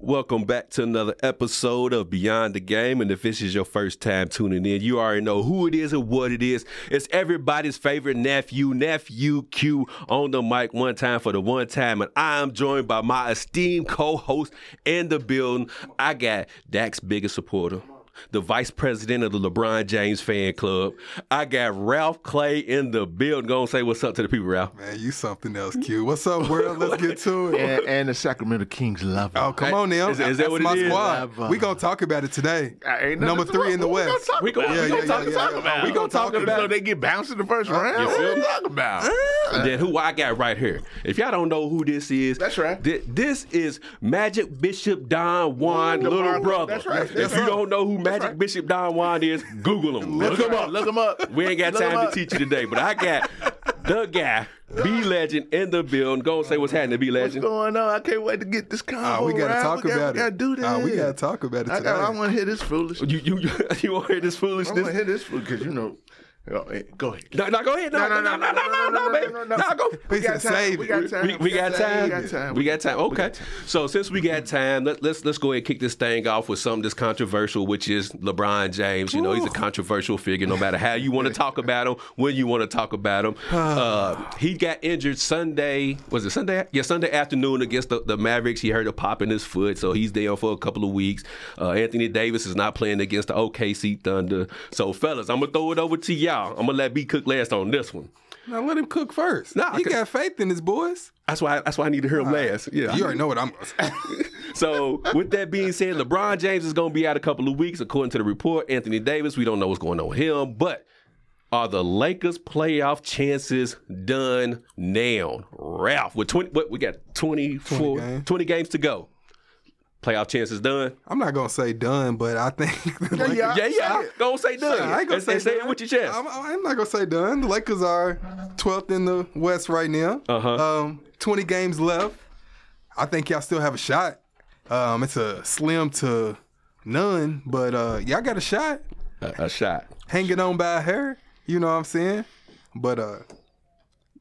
Welcome back to another episode of Beyond the Game. And if this is your first time tuning in, you already know who it is and what it is. It's everybody's favorite nephew, Nephew Q, on the mic one time for the one time. And I am joined by my esteemed co host in the building. I got Dak's biggest supporter. The vice president of the LeBron James fan club. I got Ralph Clay in the building. Go and say what's up to the people, Ralph. Man, you something else, Q. What's up, world? Let's get to it. and, and the Sacramento Kings love him. Oh, come on now. Is- is that That's what it my is? squad. Love, we uh, gonna talk about it today. I ain't nothing Number to three talk- in the what we West. gonna talk We gonna- about? we We gonna gonna talk- talk about. We gonna talk about- You know, they get bounced in the first round. you What feel are me? you talking about? Then who I got right here. If y'all don't know who this is, Uh, That's right. thi- this is Magic Bishop Don Juan, Juan, little brother. that's right, if that's you right. don't know who Magic Bishop Don Juan is, Google him. Look them up. Look them up. We ain't got Look 'em time to up. teach you today, but I got the guy, B Legend, in the building. Go and say what's happening, B What's Legend. going on? I can't wait to get this combo. Oh, we gotta Ralph. talk we gotta, about we gotta it. do this. Oh, we gotta talk about it I, got, I today. want to hear this foolish. You you you want to hear this I want to foolishness? hear this foolish because you know. oh, eh, Go ahead. No, no, go ahead. No, no, no, no, no, no, no, baby. No, go. We said save We it. got time. We, we got We time. got time. We got time. Okay. So since we got time, let, let's let's go ahead and kick this thing off with something that's controversial, which is LeBron James. You know, he's a controversial figure. No matter how you want to talk about him, when you want to talk about him, uh, he got injured Sunday. Was it Sunday? Yeah, Sunday afternoon against the, the Mavericks. He heard a pop in his foot, so he's down for a couple of weeks. Uh, Anthony Davis is not playing against the OKC Thunder. So fellas, I'm gonna throw it over to y'all. I'm gonna let B Cook last on this one. Now let him cook first. Nah, he cause- got faith in his boys. That's why. That's why I need to hear him last. Yeah, You already know what I'm. So, with that being said, LeBron James is going to be out a couple of weeks, according to the report. Anthony Davis, we don't know what's going on with him, but are the Lakers' playoff chances done now? Ralph, with 20, what we got 24, 20 games. games. to go. Playoff chances done. I'm not gonna say done, but I think. the Lakers- yeah. Yeah, yeah. Don't say done. Uh, I ain't gonna And say, say say it done. with your chest. I'm, I'm not gonna say done. The Lakers are 12th in the West right now. Uh-huh. Um, 20 games left. I think y'all still have a shot. Um, it's a slim to none, but uh, y'all got a shot. a, a shot. hanging on by her. You know what I'm saying? But uh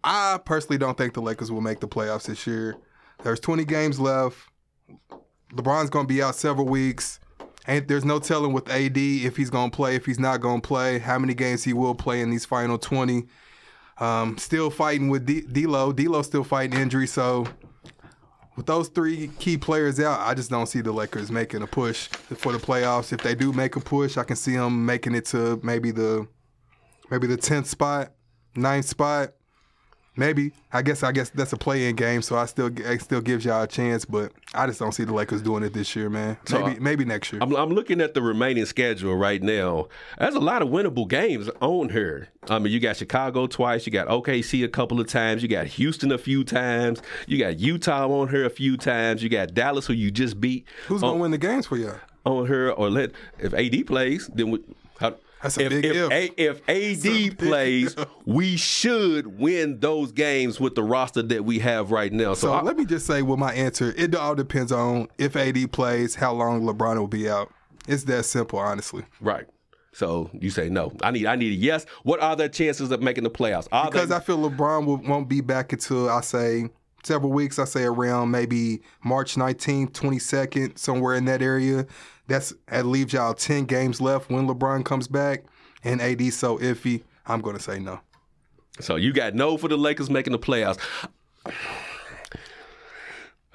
I personally don't think the Lakers will make the playoffs this year. There's 20 games left. LeBron's going to be out several weeks. And there's no telling with AD if he's going to play, if he's not going to play, how many games he will play in these final 20. Um, still fighting with D- D'Lo. D'Lo's still fighting injury. So with those three key players out, I just don't see the Lakers making a push for the playoffs. If they do make a push, I can see them making it to maybe the maybe the tenth spot, ninth spot, maybe. I guess I guess that's a play-in game, so I still it still gives y'all a chance. But I just don't see the Lakers doing it this year, man. Maybe maybe next year. I'm, I'm looking at the remaining schedule right now. There's a lot of winnable games on here. I mean, you got Chicago twice, you got OKC a couple of times, you got Houston a few times, you got Utah on her a few times, you got Dallas who you just beat Who's gonna win the games for y'all? on her. Or let if AD plays, then we, how, That's a if, big if, if. A- if AD plays, we should win those games with the roster that we have right now. So, So I- let me just say with my answer, it all depends on if AD plays, how long LeBron will be out. It's that simple, honestly. right. So you say no. I need I need a yes. What are their chances of making the playoffs? Are Because they, I feel LeBron will, won't be back until I say several weeks. I say around maybe March 19th, 22nd, somewhere in that area. That's that leaves y'all 10 games left when LeBron comes back and AD so iffy. I'm going to say no. So you got no for the Lakers making the playoffs.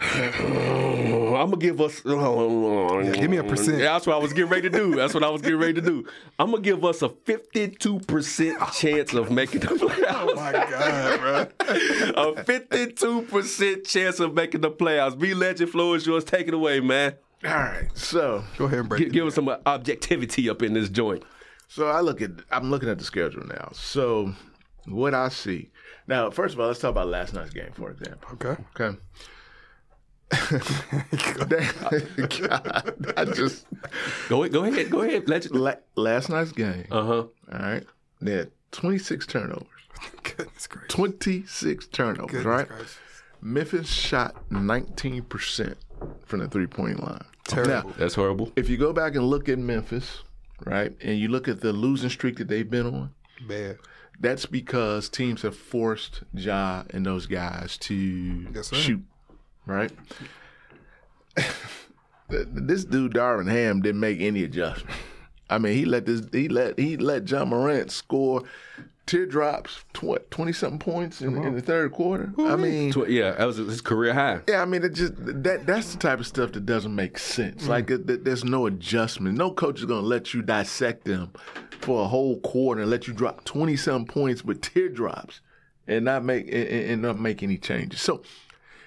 I'm gonna give us. give me a percent. Yeah, that's what I was getting ready to do. That's what I was getting ready to do. I'm gonna give us a 52 percent chance of making the playoffs. My God, bro. a 52 percent chance of making the playoffs. Be legend, floor is yours. Take it away, man. All right. So, Go ahead and break Gi- it. give us some objectivity up in this joint. so I look at. I'm looking at the schedule now. So, what I see now. First of all, let's talk about last night's game, for example. Okay. Okay. God, I just Go ahead, go ahead, go ahead, legend. la- last night's game. Uh Uh-huh. huh. All right. They had 26 turnovers. Goodness gracious. 26 turnovers, Goodness right? gracious. Memphis shot 19% from the three point line. Terrible. Now, That's horrible. if you go back and look at Memphis, right, and you look at the losing streak that they've been on, Bad. that's because teams have forced Ja and those guys to Yes, sir. shoot, right? th- this dude Darvin Ham didn't make any adjustment. I mean, he let this he let he let John Morant score teardrops what twenty something points in, in the third quarter. I mean, Tw- yeah, that was his career high. yeah, I mean, it just that that's the type of stuff that doesn't make sense. Like, it, th- there's no adjustment. No coach is gonna let you dissect them for a whole quarter and let you drop twenty some points with teardrops and not make and, and not make any changes. So,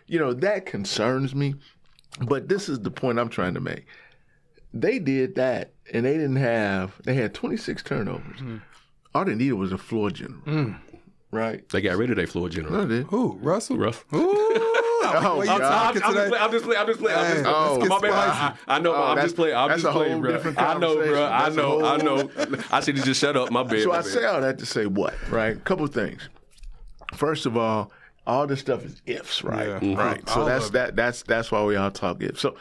you know, that concerns me. But this is the point I'm trying to make. They did that, and they didn't have. They had 26 turnovers. All they needed was a floor general, right? They got rid of their floor general. No, they didn't. Who? Russell? Rough. Ooh, I Oh, like the way you God. talking I'm, to just that. play, I'm just playing. I'm just playing. I'm just Hey, playing. let's get my bad. I, spicy. I know. Oh, I'm that's- just playing. I'm that's just a playing, whole bro. different I know, bro. conversation. I That's a know. whole- I know. I should just shut up. My bad. So my I bad. say all that to say what, right? Couple things. First of all, all this stuff is ifs, right? Yeah. Right. So All that's of it. that that's that's why we all talk ifs. So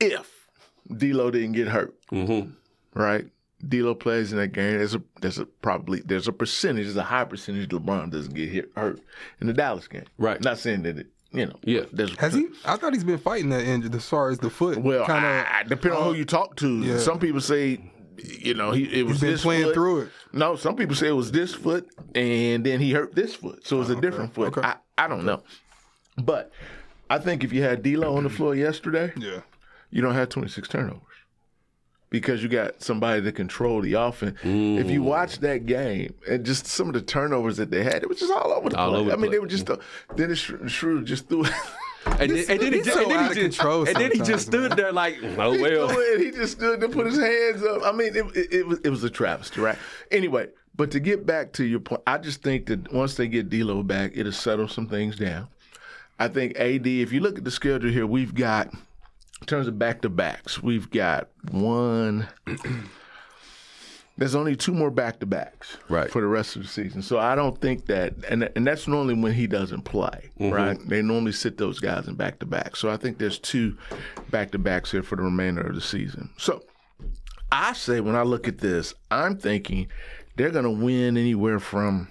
if D'Lo didn't get hurt, Mhm. right? D'Lo plays in that game. There's a there's a probably there's a percentage, there's a high percentage LeBron doesn't get hit, hurt in the Dallas game. Right. Not saying that it, you know. Yeah. There's Has he? I thought he's been fighting that injury as far as the foot. Well, kind I, I- depending on who you talk to, yeah. some people say, you know, he it was been this playing foot. through it. No, some people say it was this foot, and then he hurt this foot, so it was a different foot. I, I don't know, but I think if you had D'Lo on the floor yesterday, yeah. you don't have 26 turnovers because you got somebody to control the offense. If Mm. you watch that game and just some of the turnovers that they had, it was just all over the All place. over the I mean, they place. were just uh, Dennis Sh- Schroeder just threw. And then, and then he He's just, so and out then of he just, control and then he just sometimes, stood there like, oh He well. threw it. He just stood and put his hands up. I mean, it, it, it was it was a travesty, right? Anyway, but to get back to your point, I just think that once they get D'Lo back, it'll settle some things down. I think AD. If you look at the schedule here, we've got in terms of back to backs, we've got one. There's only two more back to backs Right. for the rest of the season. So I don't think that, and and that's normally when he doesn't play, right? They normally sit those guys in back to back. So I think there's two back to backs here for the remainder of the season. So I say when I look at this, I'm thinking they're going to win anywhere from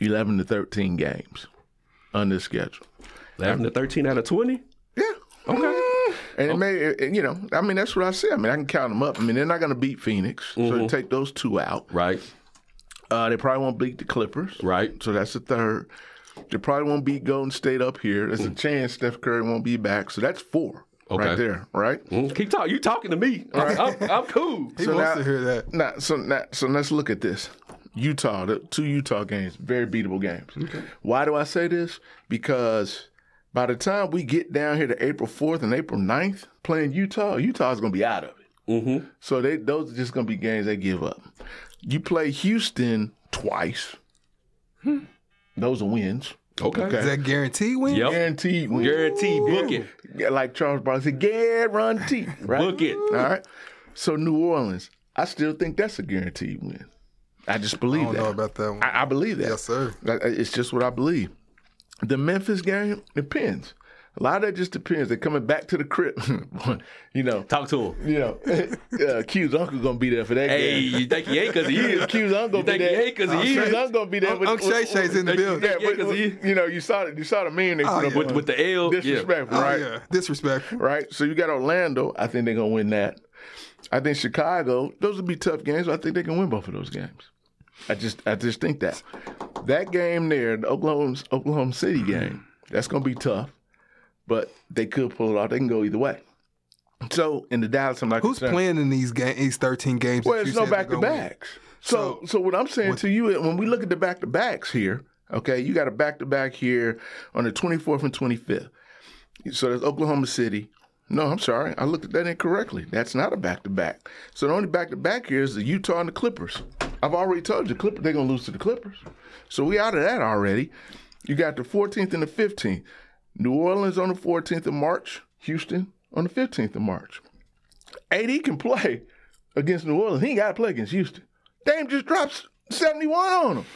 11 to 13 games on this schedule. 11 to 13 out of 20. Yeah. Okay. Oh. And it may, and, you know, I mean, that's what I said. I mean, I can count them up. I mean, they're not going to beat Phoenix, Mm-hmm. so take those two out. Right. Uh, they probably won't beat the Clippers. Right. So that's the third. They probably won't beat Golden State up here. There's a chance Steph Curry won't be back. So that's four Mm. Okay. right there, right? Mm, Keep talking. You talking to me. All right. I'm, I'm cool. He So wants now- to hear that. Now, so now, so let's look at this. Utah, the two Utah games, very beatable games. Why do I say this? Because by the time we get down here to April 4th and April 9th playing Utah, Utah's going to be out of it. Mm-hmm. So they those are just going to be games they give up. You play Houston twice. Hmm. Those are wins. Okay. Is that guarantee win? Yep. Guaranteed wins. Guaranteed. Book it. Yeah, like Charles Barkley said, guarantee. Right? Book it. All right. So New Orleans, I still think that's a guaranteed win. I just I believe don't that. know about that one. I, I believe that. yes, sir. I- I- It's just what I believe. The Memphis game depends. A lot of that just depends. They're coming back to the crib. you know, Talk to him. you know, uh, Q's uncle gonna be there for that Hey, game. you think he ain't because he is. Q's uncle You be think he there. ain't because he Q's is. uncle be there. Unc- Unc Shay Shay's in the Thank you. building. Oh, Yeah, Yeah, but- 'cause he- you know, you saw the you saw the meme they put up yeah. With, with the L. Yeah. disrespectful, Oh, right? yeah. Disrespectful. right? So you got Orlando. I think they're gonna win that. I think Chicago. Those would be tough games. But I think they can win both of those games. I just, I just think that that game there, the Oklahoma, Oklahoma City game, that's gonna be tough. But they could pull it off. They can go either way. So in the Dallas, I'm not Who's concerned. playing in these game, these thirteen games? Well, that you it's no said they're back to gonna win? backs. So, so what I'm saying to you, is when we look at the back to backs here, okay, you got a back to back here on the 24th and 25th. So there's Oklahoma City. No, I'm sorry, I looked at that incorrectly. That's not a back to back. So the only back to back here is the Utah and the Clippers. I've already told you, Clipper they're gonna lose to the Clippers. So we out of that already. You got the 14th and the 15th. New Orleans on the 14th of March. Houston on the 15th of March. AD can play against New Orleans. He ain't got to play against Houston. Dame just drops 71 on them.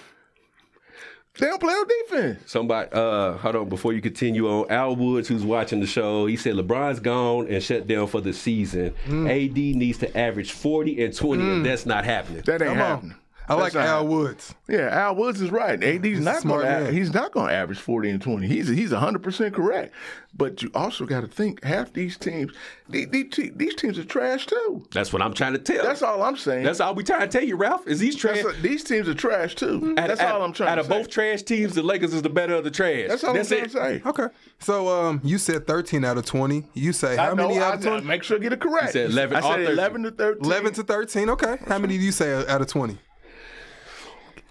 They don't play on defense. Somebody, uh, hold on, before you continue on, Al Woods, who's watching the show, he said LeBron's gone and shut down for the Hmm. season. AD needs to average 40 and 20, and that's not happening. That ain't Come on. happening. I like not- Al Woods. Yeah, Al Woods is right. AD's a not smart going to man. he's not going to average 40 and 20. He's he's 100% correct. But you also got to think half these teams these, these, these teams are trash too. That's what I'm trying to tell. That's That's, all I'm saying. that's all we trying to tell you, Ralph. Is these trash? That's a- these teams are trash too. out of- That's out- all I'm trying Out to of say. both trash teams, the Lakers is the better of the trash. That's all I'm it. trying to say. Okay. So um, you said 13 out of 20. You say I how know, many I, out of 20? I- make sure I get it correct. said 11 I or said 13. 11 to 13. 11 to 13. Okay. How many do you say out of 20?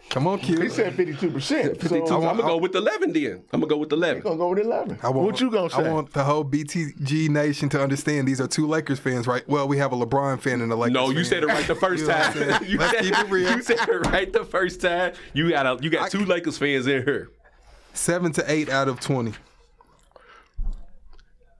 Come on, Q. He said 52%. So So I'm I'm gonna go with eleven then. I'm gonna go with eleven. going to Oh, go with 11. I want, what you going to say? I want the whole BTG nation to understand these are two Lakers fans, right? Well, we have a LeBron fan and a Lakers No, you fan. said it right the first You know what I'm time. saying? you, Let's said, keep it real. you said it right the first time. You got a, you got two Lakers fans in here. Seven to eight out of 20.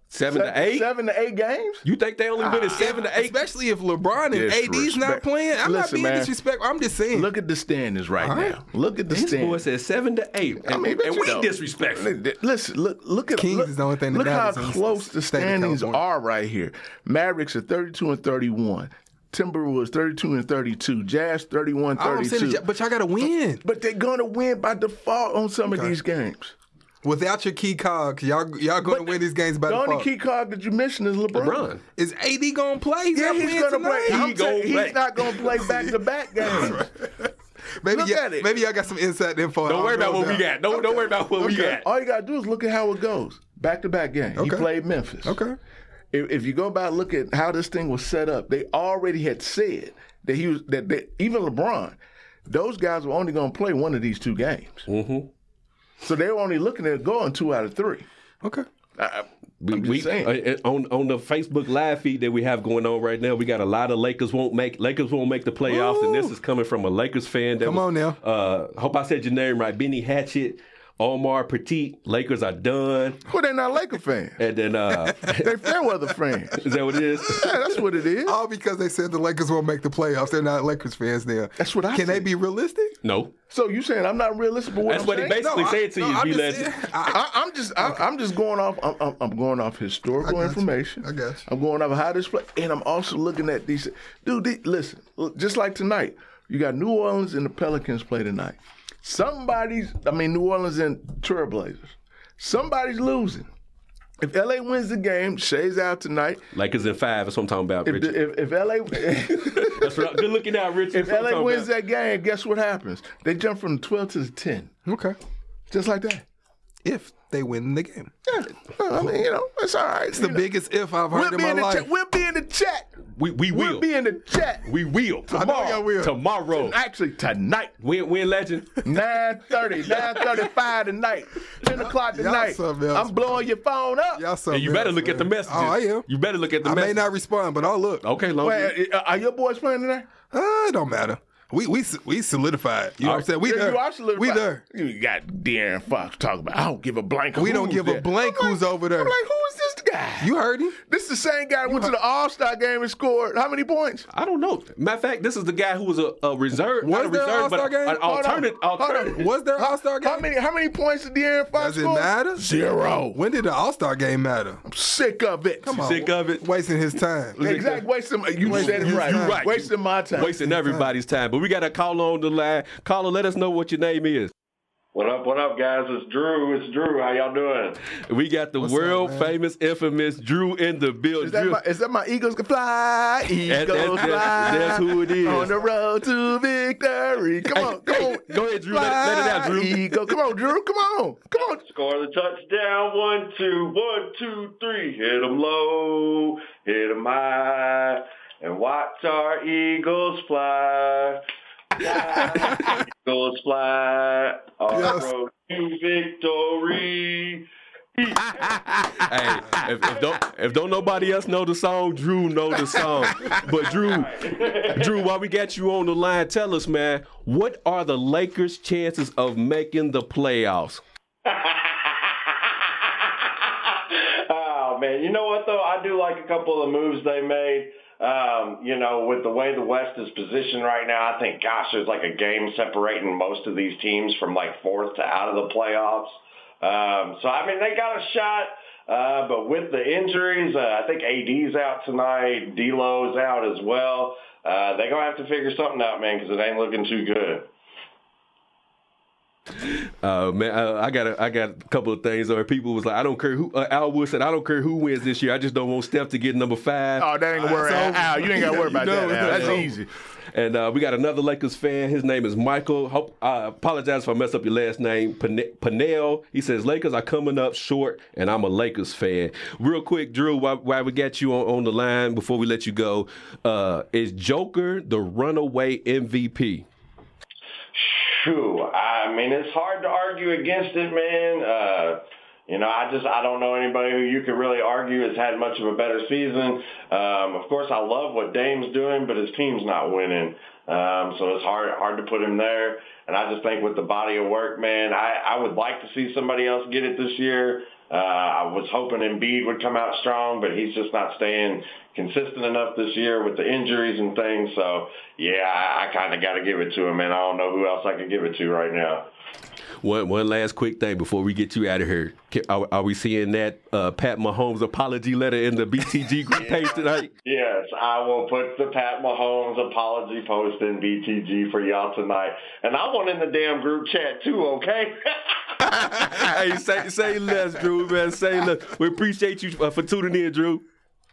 Seven to eight. Seven Ah. to eight games? You think they only win it seven to eight? Especially if LeBron and AD's not Disrespect. playing. I'm not Listen, being man. disrespectful. I'm just saying. Look at the standings right, right. now. Look at the This boy standings. said seven to eight, and, I mean, but and you we know- disrespectful. Li- Listen, look, look at Kings look, is the only thing that look how matters in this close the state of standings California. are right here. Mavericks are 32 and 31. Timberwolves 32 and 32. Jazz 31 I don't saying, 32. but y'all got to win. But they're gonna win by default on some of these games. Without your key cogs, y'all y'all going to win these games by The default. only key card that you mentioned is LeBron. LeBron. Is AD going to play? He's Yeah, not he's playing gonna tonight. play. He I'm gonna saying play. He's not gonna play back to back games. Maybe Look y'all- at it. Maybe y'all got some inside info. Don't worry about what we got. Don't don't worry about what we Okay. got. All you gotta do is look at how it goes. Back to back game. He Okay. played Memphis. Okay. If, if you go by look at how this thing was set up, they already had said that he was that, that even LeBron, those guys were only gonna play one of these two games. Mhm. So they were only looking at going two out of three. Okay. I, We, I'm just we saying. uh, uh, on on the Facebook live feed that we have going on right now, we got a lot of Lakers won't make Lakers won't make the playoffs, and this is coming from a Lakers fan. That Come was, on now. Uh, hope I said your name right, Benny Hatchett, Omar Petit. Lakers are done, well, they're not Laker fans. and then uh, They're Fairweather fans. is that what it is? Yeah, that's what it is. All because they said the Lakers won't make the playoffs. They're not Lakers fans now. That's what I Can they said. be realistic? No, So you saying I'm not realistic? But what That's I'm what he saying? basically- They I- say it to you, I'm be just legend. saying- I- I, I'm just I, I'm just going off I'm, I'm, I'm going off historical I got you. information. I got you. I'm going off how this play, and I'm also looking at these. Dude, the- listen, look, just like tonight, you got New Orleans and the Pelicans play tonight. Somebody's, I mean, New Orleans and Trailblazers. Somebody's losing. If LA wins the game, Shay's out tonight. Lakers in five. That's what I'm talking about, If, Richard. if, if LA, That's what I, good looking out, Richard. if That's what I'm LA talking wins about. that game, guess what happens? They jump from 12 to the 10, okay. just like that. If they win the game, Yeah, I mean, you know, it's all right. it's the biggest if I've heard We'll in be my in, the life. chat. we'll be in the chat. we we We'll will. be in the chat. We will tomorrow. y'all will. Tomorrow, Actually, tonight, win win legend. Oh, 9.30, 9.35 tonight, 10 o'clock Y'all tonight. something else, I'm blowing your phone up. Y'all something And you better else, look at the man. messages. Oh, I am. You better look at the Oh. I may messages. not respond, but I'll look. Okay, long. Wait, uh, are your boys playing tonight? Ah, it don't matter. We we we solidified. You know what I'm saying? We Yeah, there. you are solidified. We there. You got Darren Fox talking about, I don't give a blank We don't who's give a there." blank I'm who's like- over there. I'm like, who is this guy? You heard him. this is the same guy that went to the All-Star game and scored how many points? I don't know. Matter of fact, this is the guy who was a, a reserve, Was not a there reserve, but All-Star game? an Hold on. alternate. Hold on. alternate. Was there All Star game? How many how many points did Darren Fox Does it score? matter? Zero. When did the All Star game matter? Sick of it. Come on, Sick of it. Wasting his time. Exactly. Wasting my, you Wasting said it his right. time. Right. Wasting my time. Wasting everybody's time. But we got a call on the line. Caller, let us know what your name is. What up, what up, guys? It's Drew. It's Drew. How y'all doing? We got the world famous, infamous Drew in the build. Is that, Drew- my, is that my Eagles can fly? Eagles that's- fly. that's who it is. On the road to victory. Come on, come on. Go ahead, Drew. Let it- let it out, Fly, Drew. Eagle. Come on, Drew. Come on. Come on. Score the touchdown. One, two, one, two, three. Hit 'em low, hit 'em high, and watch our Eagles fly. Fly, Eagles fly. On Yes. road to victory. Hey, if, if don't if don't nobody else know the song, Drew know the song. But Drew, Drew, while we got you on the line, tell us, man, what are the Lakers' chances of making the playoffs? oh man, you know what though? I do like a couple of the moves they made. Um, you know, with the way the West is positioned right now, I think gosh, there's like a game separating most of these teams from like fourth to out of the playoffs. Um, so I mean, they got a shot. Uh, but with the injuries, uh, I think AD's out tonight. D'Lo's out as well. Uh, they're gonna have to figure something out, man, because it ain't looking too good. Uh, man, uh, I got a, I got a couple of things. Or people was like, I don't care who uh, Al Wood said, I don't care who wins this year. I just don't want Steph to get number five. Oh, that ain't gonna worry. Al, Al, you ain't gotta worry about You know, that. Al. That's yeah. easy. And uh, we got another Lakers fan. His name is Michael. Hope I apologize if I mess up your last name, Pan- Panel. He says Lakers are coming up short, and I'm a Lakers fan. Real quick, Drew, while, while we got you on, on the line before we let you go, uh, is Joker the runaway MVP? Phew, I mean, it's hard to argue against it, man. Uh, you know, I just I don't know anybody who you could really argue has had much of a better season. Um, of course, I love what Dame's doing, but his team's not winning, um, so it's hard hard to put him there. And I just think with the body of work, man, I, I would like to see somebody else get it this year. Uh, I was hoping Embiid would come out strong, but he's just not staying consistent enough this year with the injuries and things. So, yeah, I, I kind of got to give it to him, and I don't know who else I could give it to right now. One one last quick thing before we get you out of here. Ca- Are, are we seeing that uh, Pat Mahomes apology letter in the BTG group page tonight? Yes, I will put the Pat Mahomes apology post in BTG for y'all tonight. And I want in the damn group chat too, okay? hey, say say less, Drew. Man, say less. We appreciate you uh, for tuning in, Drew.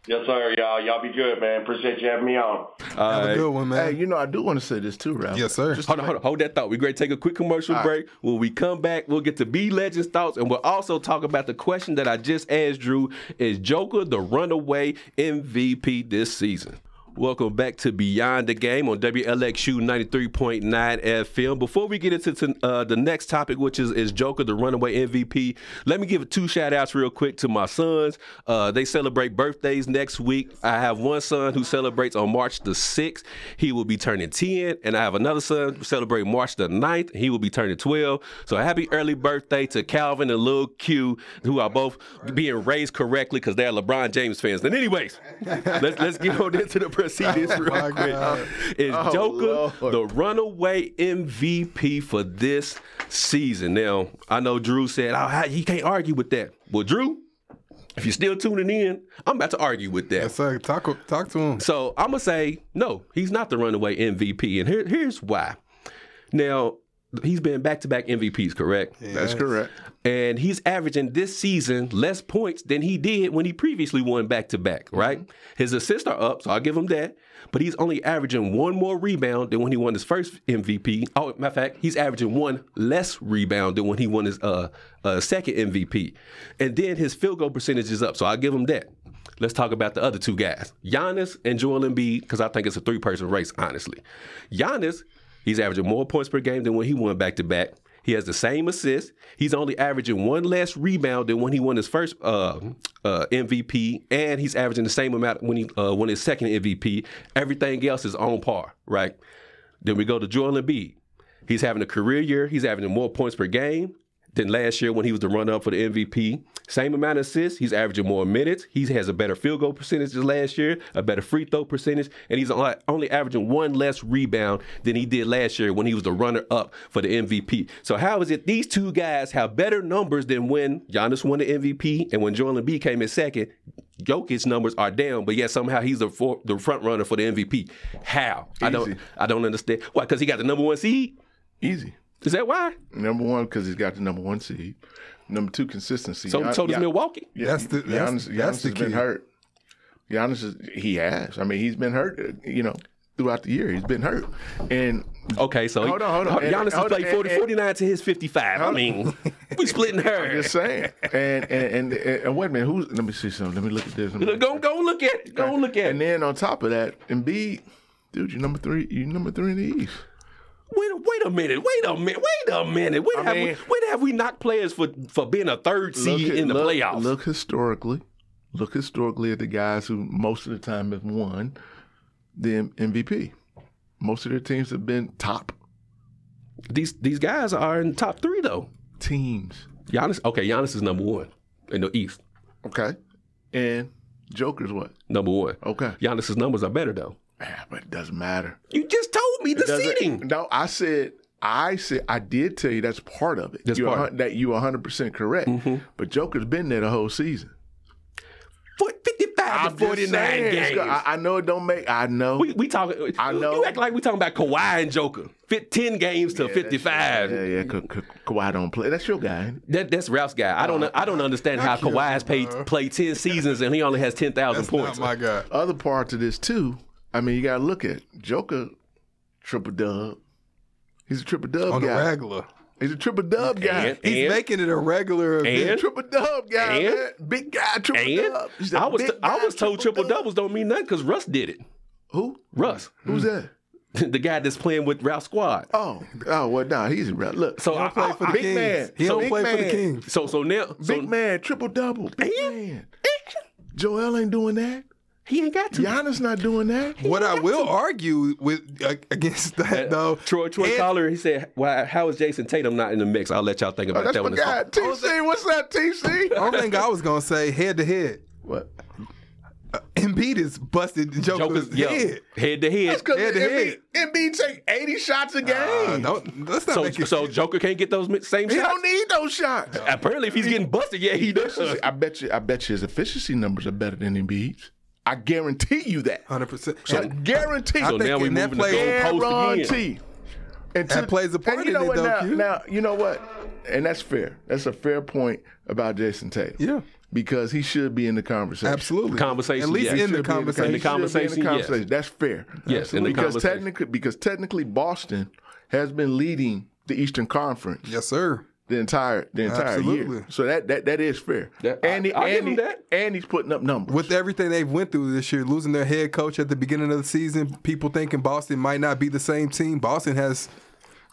yes, sir, y'all. Y'all be good, man. Appreciate you having me on. All Have a right. good one, man. Hey, you know I do want to say this too, Ralph. yes, sir. Hold on, hold on, hold that thought. We're going to take a quick commercial break. When we come back, we'll get to B Legends thoughts, and we'll also talk about the question that I just asked Drew: Is Joker the runaway MVP this season? Welcome back to Beyond the Game on WLXU 93.9 FM. Before we get into to, uh, the next topic, which is is Joker the runaway MVP, let me give two shout outs real quick to my sons. Uh, they celebrate birthdays next week. I have one son who celebrates on March the 6th. He will be turning 10. And I have another son who celebrates March the 9th. He will be turning 12. So happy early birthday to Calvin and Lil Q, who are both being raised correctly because they're LeBron James fans. And anyways, let's let's get on into the proceedings real Oh My quick. God. Is Oh, Joker Lord. the runaway MVP for this season? Now, I know Drew said, oh, how- he can't argue with that. Well, Drew, if you're still tuning in, I'm about to argue with that. Yes, sir. Talk, talk to him. So I'm gonna say no. He's not the runaway MVP, and here, here's why. Now he's been back-to-back MVPs, correct? That's correct. And he's averaging this season less points than he did when he previously won back-to-back, right? His assists are up, so I'll give him that. But he's only averaging one more rebound than when he won his first MVP. Oh, matter of fact, he's averaging one less rebound than when he won his uh, uh, second MVP. And then his field goal percentage is up, so I'll give him that. Let's talk about the other two guys, Giannis and Joel Embiid, because I think it's a three-person race, honestly. Giannis, he's averaging more points per game than when he won back-to-back. He has the same assists. He's only averaging one less rebound than when he won his first uh, uh, MVP, and he's averaging the same amount when he uh, won his second MVP. Everything else is on par, right? Then we go to Joel Embiid. He's having a career year. He's averaging more points per game than last year when he was the runner-up for the MVP. Same amount of assists. He's averaging more minutes. He has a better field goal percentage than last year, a better free throw percentage, and he's only only averaging one less rebound than he did last year when he was the runner-up for the MVP. So how is it these two guys have better numbers than when Giannis won the MVP and when Joel Embiid came in second? Jokic's numbers are down, but yet somehow he's the for, the front runner for the MVP. How? I don't Easy. I don't understand. Why? Because he got the number one seed. Easy. Is that why? Number one, because he's got the number one seed. Number two, consistency. So Gian- so does Gian- Milwaukee. Yeah, That's the- that's- Giannis, Giannis that's the has been key. hurt. Giannis is he has. I mean, he's been hurt. uh, You know, throughout the year, he's been hurt. And Okay, so Hold on, hold on. Giannis has Hold on, eh, played 40, and- and- 49 to his 55. I mean, we splitting her. just saying. And and, and and wait a minute. Who's? Let me see something. Let me look at this. Let me Go, go look at it. Go look at And it. then on top of that, Embiid, dude, you number three. You number three in the East. Wait, wait a minute. Wait a minute. Wait a minute. When, I have, we, mean- when have we knocked players for, for being a third seed at- in the look- playoffs? Look historically. Look historically at the guys who most of the time have won the M- MVP. Most of their teams have been top These these guys are in top three, though. teams. Giannis, okay, Giannis is number one in the East. Okay. And Joker's what? Number one. Okay. Giannis's numbers are better, though. Ah, but it doesn't matter. You just told me the Doesn't- seeding. No, I said I said I did tell you that's part of it. Mm-hmm. That's You're a part of hun- that you 100 percent correct. But Joker's been there the whole season. 55 I'm to just 49 saying, it's games. go- I, I know it don't make. I know. we we talking. I you- know. You act like we talking about Kawhi and Joker. Fit 10 games to 55. yeah, yeah. Ka- Ka- Kawhi don't play. That's your guy. That, that's Ralph's guy. I don't I Uh, don't understand how kidding, Kawhi's paid played ten seasons and he only has ten thousand That's points. not my guy. Other part to this too. I mean, you gotta look at Joker, triple dub. He's a triple dub On the guy. regular. He's a triple dub guy. And- He's and- making it a regular event. and- Triple dub guy, And- man. big guy, triple And dub. He's a I was big I guy, was told triple Hmm. doubles don't mean nothing because Russ did it. Who? Russ, Who's that? the guy that's playing with Ralph's squad. Oh, oh well, nah, he's a rep. Look, So I, Don't play I- for the big Kings. man. He So don't big play for the man. Kings. so so now so big man, triple double, big man. Joel ain't doing that. he ain't got to. Giannis not doing that. What I will argue with uh, against that though, Troy Troy and- Collar, he said, "Why? How is Jason Tatum not in the mix?" I'll let y'all think Oh, about that's that my one. it's guy. on. TC, what's up, TC? Only thing I was gonna say, head to head, what? Embiid is busted Joker's, Joker's yeah, head. head to head. That's because Head to MB, MB take 80 shots a game. Uh, don't, let's not So make it. so Joker can't get those mi- same he shots. don't need those shots. Apparently, if he's getting busted, yeah, he does. Efficiency- I bet you. I bet you his efficiency numbers are better than Embiid's. I guarantee you that. hundred percent. I guarantee. So think now we're in that moving to play- goalpost again. guarantee. And That to- plays a part and you in know it, what, though, now, Q. now, you know what? And that's fair. That's a fair point about Jason Tatum. Yeah. Because he should be in the conversation. Absolutely, Conversation, At least yeah. in the Should be conversation. In the He should be conversation, yes. That's fair. Yes, in the because conversation. technically, because technically, Boston has been leading the Eastern Conference yes, sir. the entire the entire Absolutely. year. So that that that is fair. Yeah, I- and he, I'll give and, him he, that. and he's putting up numbers. With everything they've went through this year, losing their head coach at the beginning of the season, people thinking Boston might not be the same team. Boston has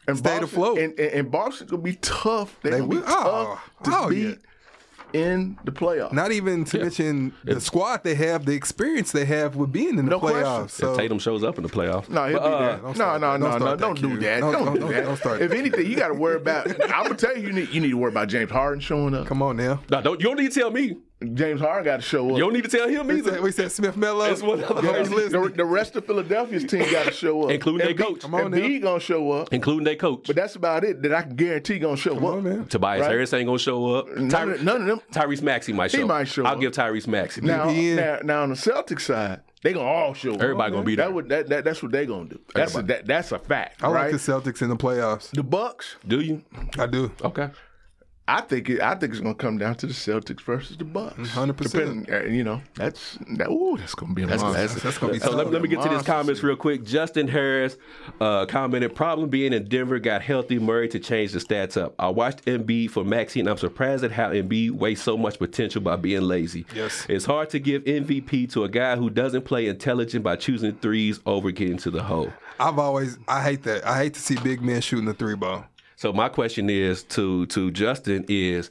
and stayed Boston, afloat. And, and, and Boston gonna be tough. They, They gonna be will. Oh, tough to oh, yeah. beat in the playoffs. not even to mention the squad they have, the experience they have with being in the No question. playoffs. If So Tatum shows up in the playoffs. no, he'll But, uh, be there. don't No, start no, that. no, Don't no. start Don't that, do Q. that. Don't- Don't, don't- do don't- that. don't start If that. anything, you got to worry about. I'm gonna tell you, you need you need to worry about James Harden showing up. come on now. No, don't, you don't need to tell me. You James Harden got to show up. don't need to tell him We said, either. we said Smith Mello. It's one other Yeah, person. listen. the, the rest of Philadelphia's team got to show up, Including their And B- coach. Come on and now. B gonna show up, Including their coach. but that's about it. That I can guarantee gonna show Come on, up. man. Tobias Right. Harris ain't gonna show up. None, of, none of them. Tyrese Maxey might show. He up. might show I'll up. give Tyrese Maxey. Now, BPN. now, now on the Celtics side, they gonna all show up. Everybody gonna be there. That, would, that, that that's what they gonna do. That's a, that, that's a fact. I right? like the Celtics in the playoffs. The Bucks. Do you? I do. Okay. I think it, I think it's gonna come down to the Celtics versus the Bucks. 100%. Depending- uh, You know, that's that. Ooh, that's gonna be a that's, monster. that's- that's gonna be So let, let me get to these Monster comments real quick. Justin Harris uh, commented, problem being in Denver got healthy Murray to change the stats up. I watched Embiid for Maxey, and I'm surprised at how Embiid wastes so much potential by being lazy. Yes. It's hard to give MVP to a guy who doesn't play intelligent by choosing threes over getting to the hole. I've always I hate that. I hate to see big men shooting the three ball. So my question is to to Justin is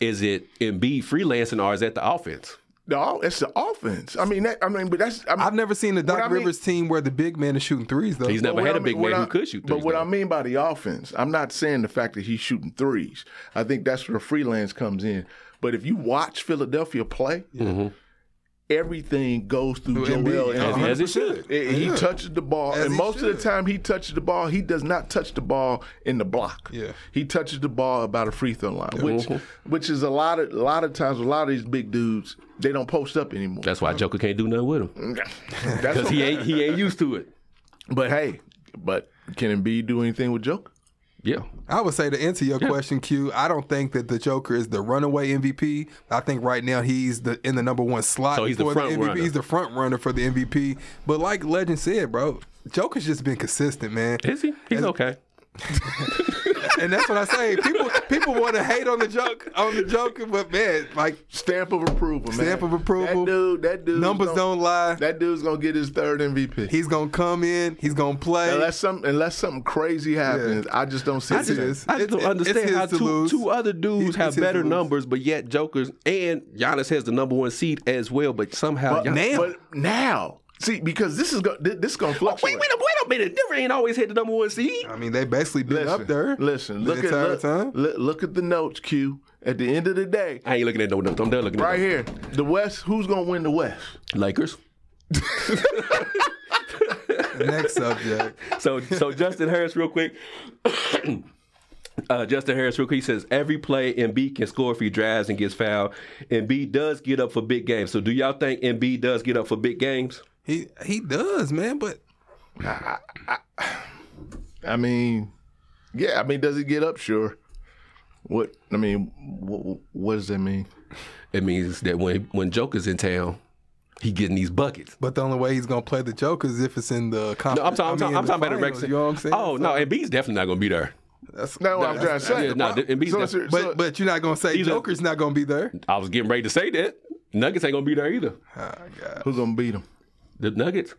is it Embiid freelancing or is that the offense? No, it's the offense. I mean, that, I mean, but that's I mean, I've never seen the Doc What I mean- Rivers team where the big man is shooting threes though. He's never But had what a big I mean- man who what I- could shoot threes. But what though. I mean by the offense, I'm not saying the fact that he's shooting threes. I think that's where freelance comes in. But if you watch Philadelphia play, Mm-hmm. everything goes through Through Joel Embiid. as, Embiid. as it should. It- He touches the ball, As and he most of should. the time he touches the ball. He does not touch the ball in the block. Yeah. he touches the ball about a free throw line, which Uh-huh. which is a lot of a lot of times. A lot of these big dudes they don't post up anymore. That's why Joker can't do nothing with him That's because he ain't he ain't used to it. But hey, but can Embiid do anything with Joker? Yeah, I would say to answer your question, Q, I don't think that the Joker is the runaway MVP. I think right now he's the in the number one slot. So he's the for front MVP. runner. He's the front runner for the MVP. But like Legend said, bro, Joker's just been consistent, man. is he? He's okay. and that's what I say. People people want to hate on the joke on the Joker, but man, like Stamp of approval, man. Stamp of approval. That dude, that dude. numbers don't lie. That dude's gonna get his third MVP. He's gonna come in. He's gonna play. unless some, unless something crazy happens, I just don't see I just- it. It's- I just don't it- it's understand his how to two, lose. two other dudes It's have his better to lose. numbers, but yet Joker's and Giannis has the number one seed as well. But somehow, But- Giannis- But now, see, because this is go, thi- this is Oh, gonna wait, fluctuate. wait, a- wait a minute, Denver ain't always had the number one seed. I mean, they basically been listen, up there. listen. the Look at entire look, time. look- look at the notes, Q. At the end of the day, I ain't looking at no numbers. I'm done looking right at here, the West. Who's gonna win the West? no Lakers. Next subject. So so Justin Harris, real quick. Uh, Justin Harris, real quick, he says every play Embiid can score if he drives and gets fouled. Embiid does get up for big games. So, do y'all think Embiid does get up for big games? He he does, man. But I mean, yeah. I mean, does it get up? Sure. What I mean, what, what does that mean? It means that when when Joker's in town, he getting these buckets. but the only way he's gonna play the Joker is if it's in the. Conference. No, I'm talking. I'm, I mean, talking- in I'm the talking about the Rex. finals, You know what I'm saying? Oh no, Embiid's definitely not going to be there. That's- Not what I'm trying to say. yeah, no, The- and be- so it's- so- But but you're not gonna say Either- Joker's not gonna be there. I was getting ready to say that Nuggets ain't going to be there either. Oh, God. who's gonna beat him? The Nuggets,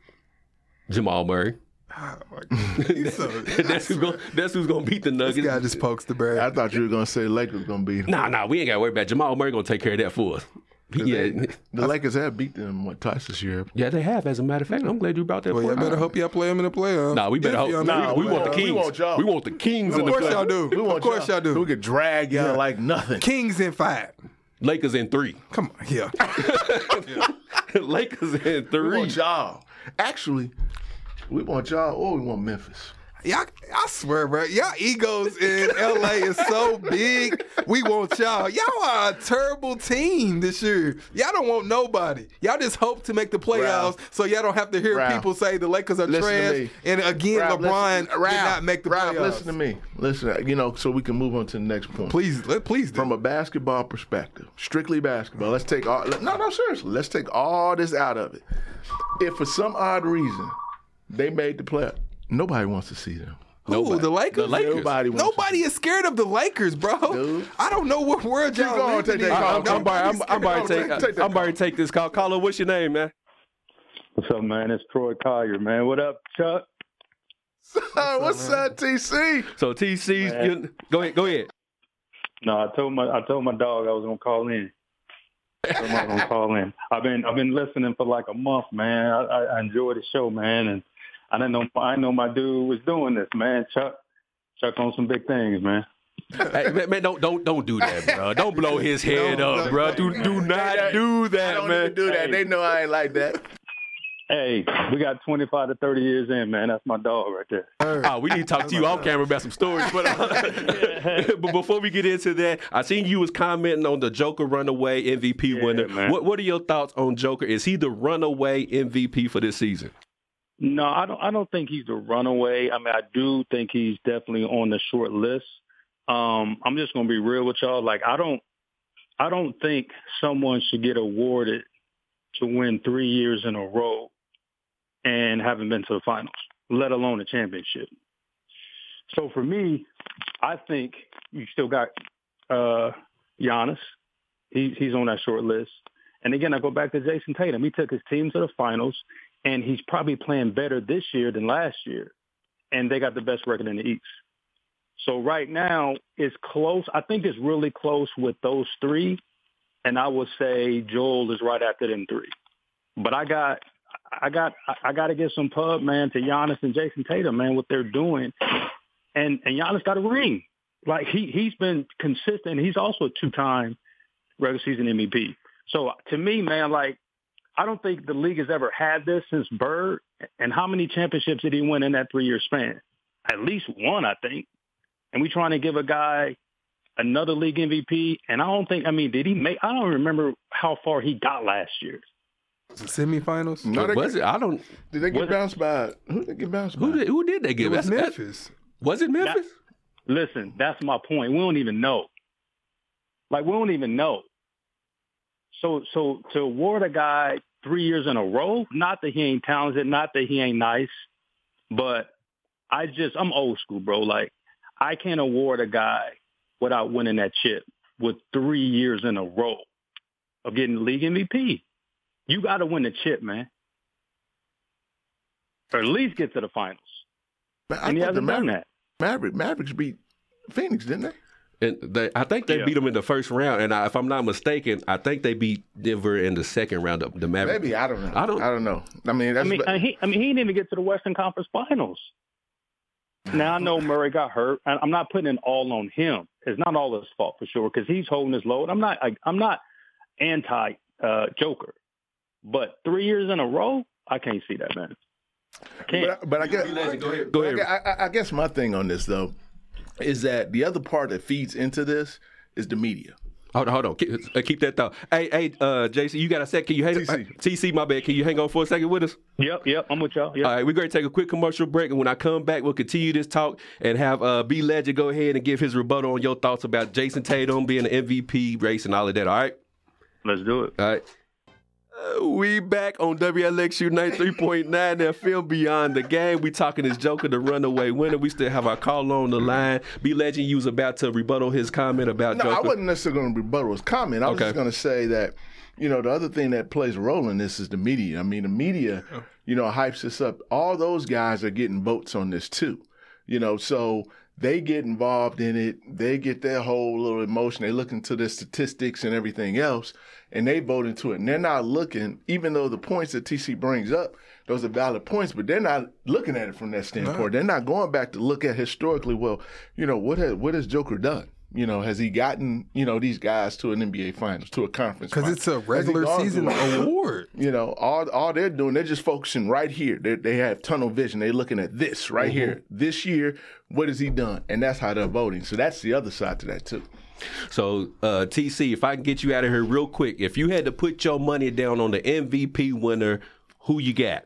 Jamal Murray. Oh, my God. He's so- that's who's going. That's who's going to beat the Nuggets. this guy just pokes the bear. I thought you were gonna say Lakers gonna beat him. Nah, nah, we ain't got to worry about it. Jamal Murray gonna take care of that for us. Yeah, The Lakers have beat them what twice this year. yeah, they have. As a matter of fact, I'm glad you brought that Well, point. y'all better hope y'all play him in the playoffs. Nah, we better If y'all hope. make Nah, the we, we playoffs. want the play. kings. We want y'all. We want the kings in Of the course play. y'all do. We want Of course y'all y'all We do. could drag y'all like nothing. Kings in five. Lakers in three. Come on, yeah. Lakers in We three. want y'all. Actually, we want y'all or we want Memphis. Y'all, I swear, bro, y'all egos in LA is so big. We want y'all. Y'all are a terrible team this year. Y'all don't want nobody. Y'all just hope to make the playoffs, Ralph. so y'all don't have to hear Ralph. people say the Lakers are Listen to trash. me. And again, Rob, LeBron listen- did Rob, not make the Rob, playoffs. listen to me. Listen, uh, you know, so we can move on to the next point. Please, let please do. From a basketball perspective, strictly basketball. Let's take all. No, no, seriously. Let's take all this out of it. If for some odd reason they made the play, nobody wants to see them. Who, the Lakers? The Lakers. Nobody wants. Nobody is scared of the Lakers, bro. Dude. I don't know what world y'all going, living take in. that call. I'm, I'm, Nobody's about- I'm, I'm about to take. scared of the take that I'm about to take this call. Caller, what's your name, man? What's up, man? It's Troy Collier, man. What up, Chuck? To, uh, what's up, TC? So TC, you, go ahead. Go ahead. No, I told my I told my dog I was gonna call in. I'm not gonna call in. I've been I've been listening for like a month, man. I, I, I enjoy the show, man, and I didn't know I didn't know my dude was doing this, man. Chuck, Chuck on some big things, man. Hey, man, man, don't don't don't do that, bro. Don't blow his head up, bro. Do do not do I that, don't man. even do that. Hey. They know I ain't like that. Hey, we got 25 to 30 years in, man. That's my dog right there. Oh, we need to talk to you off camera about some stories. But, uh, but before we get into that, I seen you was commenting on the Joker runaway MVP winner. man. What What are your thoughts on Joker? Is he the runaway MVP for this season? No, I don't. I don't think he's a runaway. I mean, I do think he's definitely on the short list. Um, I'm just gonna be real with y'all. Like, I don't, I don't think someone should get awarded to win three years in a row and haven't been to the finals, let alone a championship. So for me, I think you still got uh, Giannis. He, he's on that short list. And again, I go back to Jason Tatum. He took his team to the finals and he's probably playing better this year than last year. And they got the best record in the East. So right now it's close. I think it's really close with those three. And I would say Joel is right after them three. But I got I got I gotta give some pub, man, to Giannis and Jason Tatum, man, what they're doing. And and Giannis got a ring. Like he he's been consistent. He's also a two time regular season MVP. So to me, man, like I don't think the league has ever had this since Bird. And how many championships did he win in that three year span? At least one, I think. And we trying to give a guy another league MVP. And I don't think, I mean, did he make, I don't remember how far he got last year. Semifinals. No, they, was it? I don't. did they get bounced by? Who did they get bounced by? Who did, who did they It give? was That's- that- Memphis. was it Memphis? Listen, that's my point. We don't even know. Like we don't even know. So so to award a guy three years in a row, not that he ain't talented, not that he ain't nice, but I just I'm old school, bro. Like I can't award a guy without winning that chip with three years in a row of getting league MVP. You got to win the chip, man, or at least get to the finals. Man, I And he thought the hasn't done Maverick, that. Maverick, Mavericks beat Phoenix, didn't they? And they, I think they Yeah. beat them in the first round. And I, if I'm not mistaken, I think they beat Denver in the second round of the Mavericks. Maybe I don't know. I don't- I don't know. I mean, I that's. mean, I, he, I mean, he didn't even get to the Western Conference Finals. Now I know Murray got hurt, and I'm not putting it all on him. It's not all his fault for sure because he's holding his load. I'm not. I, I'm not anti uh, Joker, but three years in a row, I can't see that man. I can't. but, I, but I guess. Go ahead. I, I, I guess my thing on this though, is that the other part that feeds into this is the media. Hold on, hold on. Keep, uh, keep that thought. Hey, hey, uh, JC, you got a sec? Can you hang TC. uh, TC, my bad. Can you hang on for a second with us? Yep, yep. I'm with y'all. Yep. All right, we're going to take a quick commercial break, and when I come back, we'll continue this talk and have uh, B Legend go ahead and give his rebuttal on your thoughts about Jason Tatum being an MVP race and all of that. All right. Let's do it. All right. Uh, we back on WLXU 93.9 FM Beyond the Game. We talking this Joker, the runaway winner. We still have our call on the line. B Legend, you was about to rebuttal his comment about No, Joker. I wasn't necessarily going to rebuttal his comment. I was Okay. just going to say that, you know, the other thing that plays a role in this is the media. I mean, the media, you know, hypes this up. All those guys are getting votes on this too, you know, so they get involved in it. They get their whole little emotion. They look into the statistics and everything else, and they vote into it. And they're not looking, even though the points that TC brings up, those are valid points, but they're not looking at it from that standpoint. They're not going back to look at historically, well, you know, what has, what has Joker done? You know, has he gotten you know these guys to an NBA Finals, to a conference? Because finals? it's a Has he regular gone season through- award. You know, all all they're doing, they're just focusing right here. They they have tunnel vision. They're looking at this right here. Mm-hmm. This year, what has he done? And that's how they're voting. So that's the other side to that too. So, uh, TC, if I can get you out of here real quick, if you had to put your money down on the MVP winner, who you got?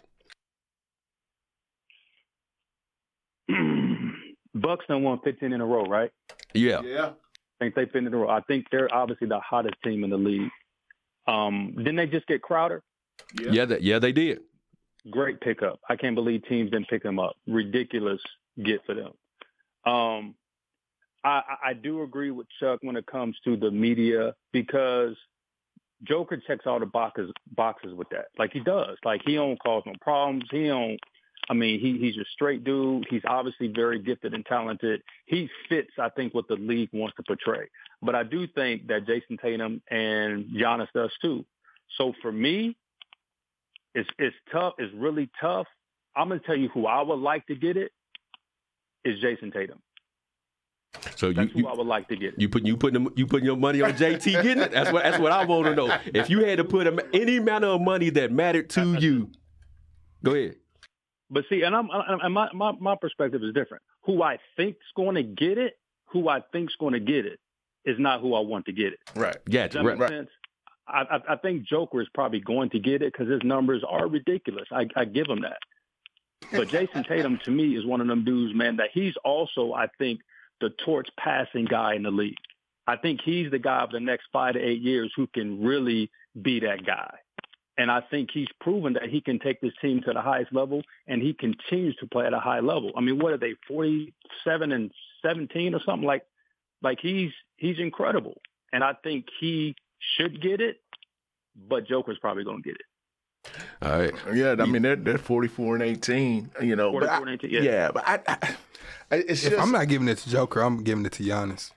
Bucks done won 15 in a row, right? Yeah. Yeah. I think they 15 in a row. I think they're obviously the hottest team in the league. Um, didn't they just get Crowder? Yeah, they, yeah they did. Great pickup. I can't believe teams didn't pick him up. Ridiculous get for them. Um, I, I- I do agree with Chuck when it comes to the media because Joker checks all the boxes boxes with that. Like he does. Like he don't cause no problems. He don't. I mean, he he's a straight dude. He's obviously very gifted and talented. He fits, I think, what the league wants to portray. But I do think that Jason Tatum and Giannis does too. So for me, it's it's tough. It's really tough. I'm gonna tell you who I would like to get it is Jason Tatum. So you That's who I you, would like to get. It. you putting you putting them- you putting your money on JT getting it? That's what that's what I want to know. If you had to put am- any amount of money that mattered to you, go ahead. But see, and I'm, I'm and my, my my perspective is different. Who I think's going to get it, who I think's going to get it, is not who I want to get it. Right. Does Gotcha. that Right. make sense? I, I, I think Joker is probably going to get it because his numbers are ridiculous. I, I give him that. But Jason Tatum, to me, is one of them dudes, man, that he's also, I think, the torch passing guy in the league. I think he's the guy of the next five to eight years who can really be that guy. And I think he's proven that he can take this team to the highest level, and he continues to play at a high level. I mean, what are they, 47 and 17 or something like? Like he's he's incredible and I think he should get it, but Joker's probably going to get it. All right. Yeah, I mean they're they're forty four and eighteen. You know, but 44 I- and 18, yeah. yeah. but I, I it's If just I'm not giving it to Joker, I'm giving it to Giannis.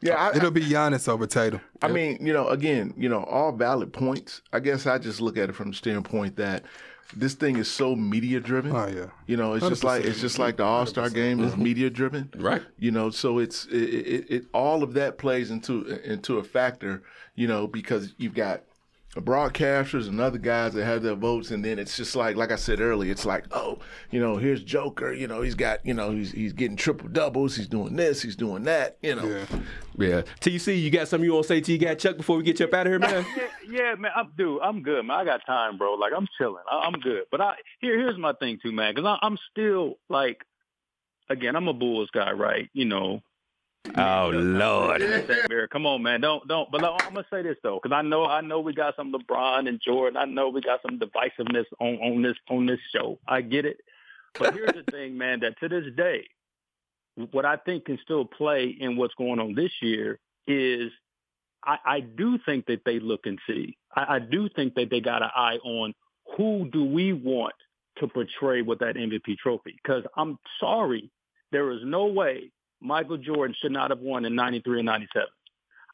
yeah. I, It'll be Giannis over Tatum. I mean, you know, again, you know, all valid points. I guess I just look at it from the standpoint that this thing is so media driven. Oh yeah. You know, it's just like it's just like the All Star game is media driven, Right. You know, so it's it, it, it all of that plays into into a factor, you know, because you've got broadcasters and other guys that have their votes, and then it's just like like I said earlier, it's like oh, you know, here's Joker, you know, he's got you know he's he's getting triple doubles, he's doing this, he's doing that, you know. Yeah. Yeah. TC, you got something you want to say to you got Chuck before we get you up out of here, man? Yeah, yeah, man, I'm, dude, I'm good, man. I got time, bro. Like I'm chilling, I, I'm good. But I here, here's my thing too, man, because I'm still like, again, I'm a Bulls guy, right? You know, oh Lord. St. Mary. Come on, man. Don't don't. But I'm gonna say this though, because I know I know we got some LeBron and Jordan. I know we got some divisiveness on on this on this show. I get it. But here's the thing, man. That to this day, what I think can still play in what's going on this year is. I, I do think that they look and see. I, I do think that they got an eye on who do we want to portray with that MVP trophy. Because I'm sorry, there is no way Michael Jordan should not have won in 93 and 97.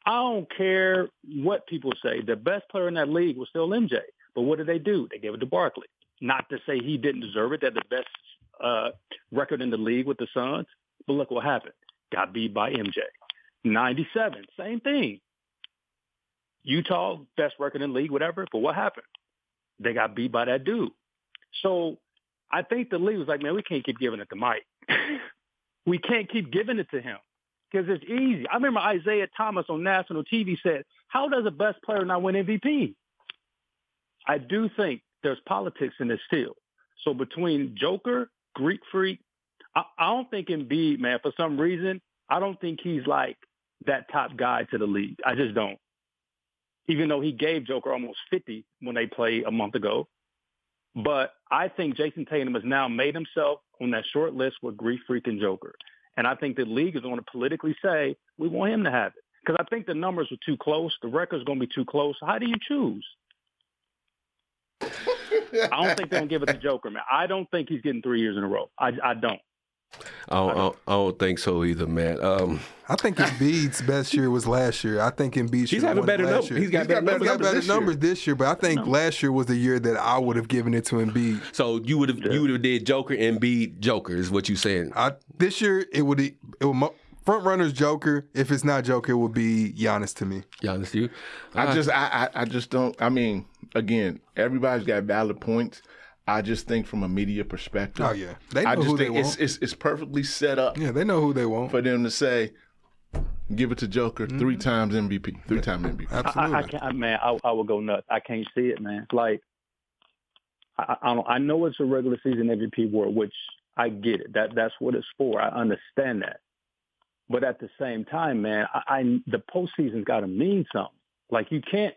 I don't care what people say. The best player in that league was still MJ. But what did they do? They gave it to Barkley. Not to say he didn't deserve it. They had the best uh, record in the league with the Suns. But look what happened. Got beat by MJ. 97, same thing. Utah, best record in the league, whatever. But what happened? They got beat by that dude. So I think the league was like, man, we can't keep giving it to Mike. we can't keep giving it to him because it's easy. I remember Isaiah Thomas on national TV said, "How does a best player not win MVP?" I do think there's politics in this field. So between Joker, Greek Freak, I, I don't think Embiid, man, for some reason, I don't think he's like that top guy to the league. I just don't. Even though he gave Joker almost 50 when they played a month ago. But I think Jason Tatum has now made himself on that short list with Greek Freak and Joker. And I think the league is going to politically say, we want him to have it. Because I think the numbers are too close. The record's going to be too close. How do you choose? I don't think they're going to give it to Joker, man. I don't think he's getting three years in a row. I, I don't. I don't, I, don't, I don't think so either, man. Um, I think Embiid's best year was last year. I think Embiid he's having better numbers. He's got, better, He's numbers. got better this year. numbers this year, but I think last year was the year that I would have given it to Embiid. So you would have you would have did Joker and beat Joker is what you saying? I this year it would it would mo- front runners Joker. If it's not Joker, it would be Giannis to me. Giannis, you? I just I, I I just don't. I mean, again, everybody's got valid points. I just think from a media perspective. Oh yeah, they know I just who they think want. it's, it's it's perfectly set up yeah, they know who they want. for them to say, give it to Joker three times MVP, three time MVP. Absolutely. I, I can't, I- man. I, I would go nuts. I can't see it, man. Like, I, I I don't. I know it's a regular season MVP award, which I get it. That that's what it's for. I understand that. But at the same time, man, I, I the postseason's got to mean something. Like you can't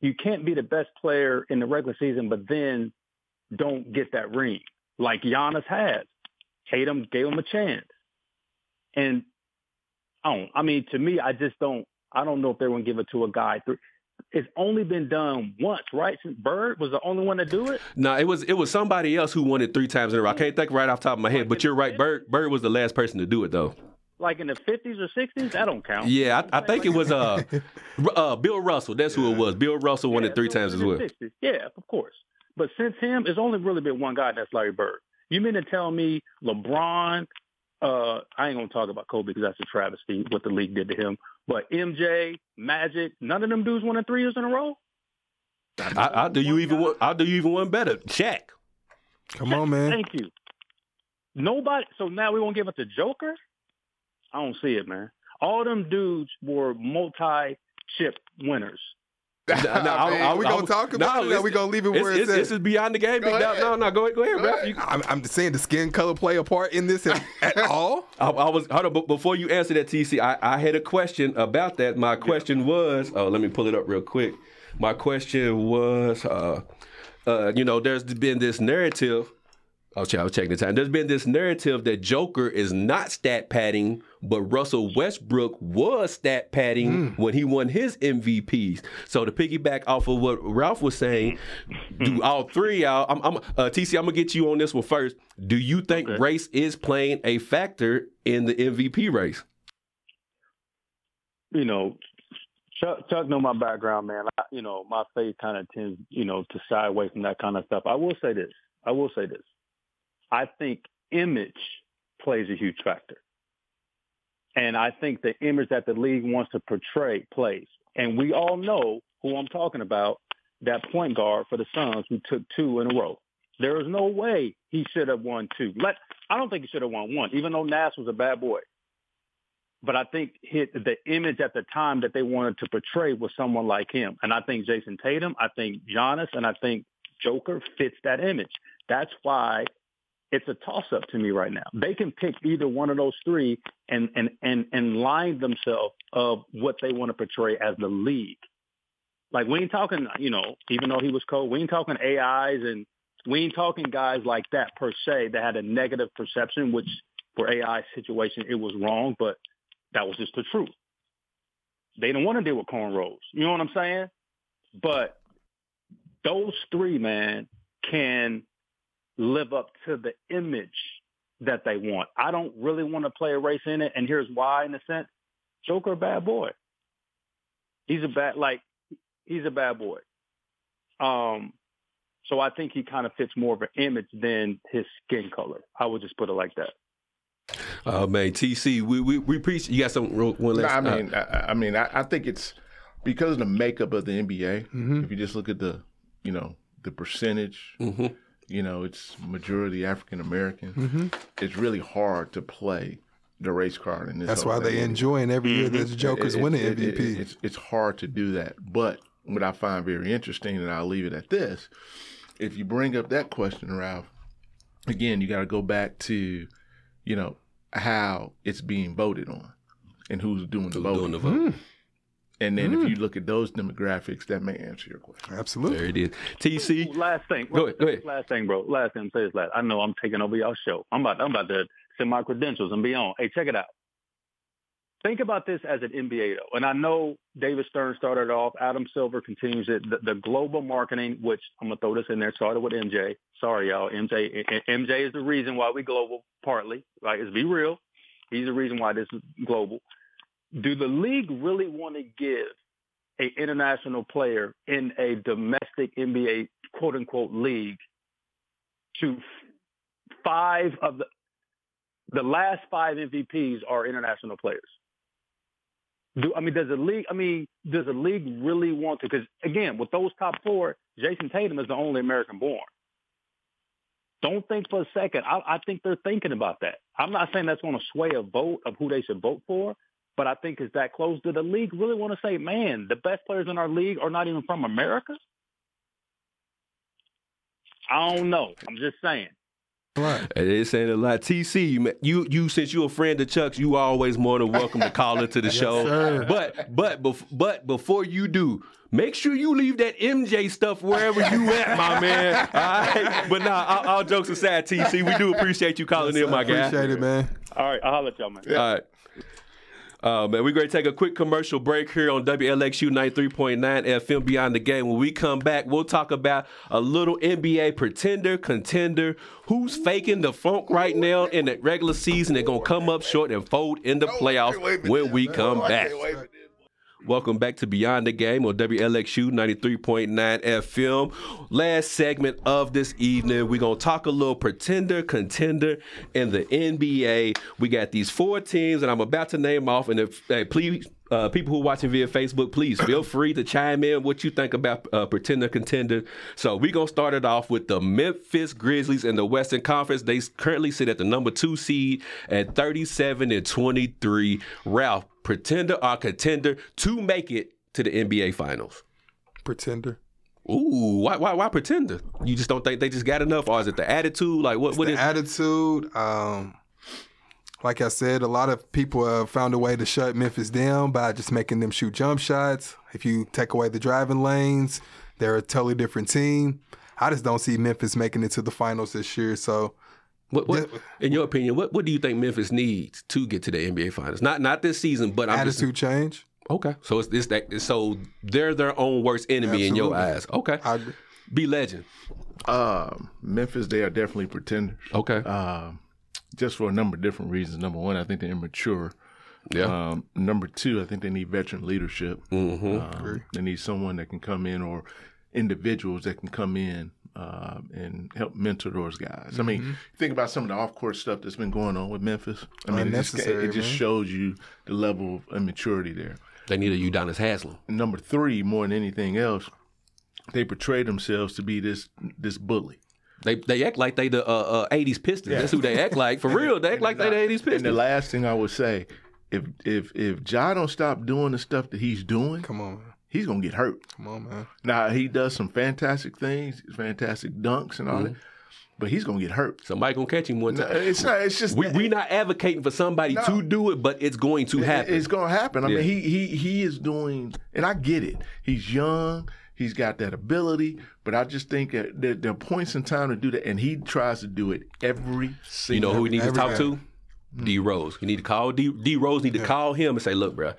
you can't be the best player in the regular season, but then don't get that ring like Giannis has. Tatum gave him a chance, and I don't. I mean, to me, I just don't. I don't know if they're going to give it to a guy. Three- It's only been done once, right? Since Bird was the only one to do it. No, it was it was somebody else who won it three times in a row. I can't think right off the top of my head, but you're right. Bird Bird was the last person to do it though. Like in the fifties or sixties, that don't count. Yeah, I, I think it was uh, R- uh Bill Russell. That's who it was. Bill Russell won it three so times in as the well. 60s. Yeah, of course. But since him, it's only really been one guy. and That's Larry Bird. You mean to tell me LeBron? Uh, I ain't gonna talk about Kobe because that's a travesty what the league did to him. But MJ, Magic, none of them dudes won it three years in a row. I, I'll do you even one. I'll do you even one better. Shaq. Come on, man. Thank you. Nobody. So now we won't give it to Joker. I don't see it, man. All them dudes were multi-chip winners. No, no, I- I- Are we I- gonna talk about it or it's- we gonna leave it it's- where it's it's- at? This is beyond the game. Big Dog. ahead. No, no, go ahead, go ahead, bro. You- I'm, I'm just saying, the skin color play a part in this at, at all? I, I was hold on, but before you answer that, TC, I, I had a question about that. My question was, oh, let me pull it up real quick. My question was, uh, uh, you know, there's been this narrative. Oh, shit, I was checking the time. There's been this narrative that Joker is not stat padding, but Russell Westbrook was stat padding when he won his MVPs. So to piggyback off of what Ralph was saying, do all three y'all? I'm, I'm uh, TC. I'm gonna get you on this one first. Do you think race is playing a factor in the MVP race? You know, Chuck, Chuck know my background, man. I, you know, my faith kind of tends, you know, to shy away from that kind of stuff. I will say this. I will say this. I think image plays a huge factor. And I think the image that the league wants to portray plays. And we all know who I'm talking about, that point guard for the Suns who took two in a row. There is no way he should have won two. Let I don't think he should have won one, even though Nash was a bad boy. But I think hit the image at the time that they wanted to portray was someone like him. And I think Jason Tatum, I think Giannis, and I think Joker fits that image. That's why it's a toss up to me right now. They can pick either one of those three and and and and line themselves of what they want to portray as the league. Like we ain't talking, you know, even though he was cold, we ain't talking AIs and we ain't talking guys like that per se that had a negative perception, which for AI situation it was wrong, but that was just the truth. They didn't want to deal with cornrows. You know what I'm saying? But those three, man, can live up to the image that they want. I don't really want to play a race in it, and here's why. In a sense, Joker, a bad boy. He's a bad like he's a bad boy. Um, so I think he kind of fits more of an image than his skin color. I would just put it like that. Oh man, TC, we we, we preach. You got some real, one No, I last. mean, I, I mean, I, I think it's because of the makeup of the NBA. Mm-hmm. If you just look at the, you know, the percentage, Mhm. you know, it's majority African American. It's really hard to play the race card. And That's why they enjoying every year Mm-hmm. that the Joker's it- winning it- it- MVP. it's, it's hard to do that. But what I find very interesting, and I'll leave it at this if you bring up that question, Ralph, again, you got to go back to, you know, how it's being voted on and who's doing the voting. Doing the vote. And then Mm. if you look at those demographics, that may answer your question. There Absolutely. it is. TC. Last thing. Go ahead, go ahead. Last thing, bro. Last thing. Say this last. I know I'm taking over y'all show. I'm about. I'm about to send my credentials and be on. Hey, check it out. Think about this as an NBA though, and I know David Stern started off. Adam Silver continues it. The, the global marketing, which I'm gonna throw this in there, started with MJ. Sorry, y'all. MJ. I- I- MJ is the reason why we global. Partly, right? Is be real. He's the reason why this is global. Do the league really want to give a international player in a domestic NBA quote unquote league to f- five of the the last five MVPs are international players. Do I mean does the league I mean does the league really want to cuz again with those top 4 Jason Tatum is the only American born. Don't think for a second. I, I think they're thinking about that. I'm not saying that's going to sway a vote of who they should vote for, but I think it's that close. Do the league really want to say, man, the best players in our league are not even from America? I don't know. I'm just saying. Right. It is saying a lot. TC, you, ma- you, you, since you're a friend of Chuck's, you always more than welcome to call into the show. sir. But, but, bef- but before you do, make sure you leave that MJ stuff wherever you at, my man. All right. But nah, all, all jokes aside, TC, we do appreciate you calling in, my guy. Appreciate it, man. All right, I'll holler at y'all, man. All right. Uh, man, we're going to take a quick commercial break here on WLXU 93.9 FM Beyond the Game. When we come back, we'll talk about a little NBA pretender, contender, who's faking the funk right now in the regular season and going to come up short and fold in the playoffs when we come back. Welcome back to Beyond the Game on WLXU 93.9 FM. Last segment of this evening, we're going to talk a little pretender, contender in the NBA. We got these four teams, and I'm about to name off. And if, hey, please, uh, people who are watching via Facebook, please feel free to chime in what you think about uh, pretender, contender. So we're going to start it off with the Memphis Grizzlies in the Western Conference. They currently sit at the number two seed at 37 and 23. Ralph, pretender or contender to make it to the NBA Finals? Pretender. Ooh, why, why, why pretender? You just don't think they just got enough, or is it the attitude? Like, what, what the is? attitude. Um, like I said, a lot of people have found a way to shut Memphis down by just making them shoot jump shots. If you take away the driving lanes, they're a totally different team. I just don't see Memphis making it to the finals this year. So What, what, in your opinion, what, what do you think Memphis needs to get to the NBA Finals? Not not this season, but I'm just, attitude change. okay. So it's, it's that. So they're their own worst enemy in your eyes. Absolutely. Okay, I agree. be legend. Um, Memphis, they are definitely pretenders. Okay, Uh, Um, just for a number of different reasons. Number one, I think they're immature. uh, yeah. Um, number two, I think they need veteran leadership. hmm Um, they need someone that can come in or individuals that can come in uh, and help mentor those guys. I Mm-hmm. mean, think about some of the off court stuff that's been going on with Memphis. I mean, it just, Unnecessary, it just man. shows you the level of immaturity there. They need a Udonis Haslam. Number three, more than anything else, they portray themselves to be this this bully. They they act like they the uh, uh, 80s Pistons. That's who they act like for real. They act like they the 80s And the Pistons. last thing I would say, if if if Ja don't stop doing the stuff that he's doing, Come on, man. he's gonna get hurt. Come on, man. Now he does some fantastic things, fantastic dunks and all that, but he's gonna get hurt. Somebody gonna catch him one No, time. it's not. It's just Mm-hmm. We we not advocating for somebody No. to do it, but it's going to happen. It's gonna happen. I Yeah. mean, he he he is doing, and I get it. He's young. He's got that ability, but I just think that there, there are points in time to do that, and he tries to do it every you single. know who we need to every Hmm. talk guy. to? D Rose. You need to call D D Rose. Need to call him and say, look, bruh,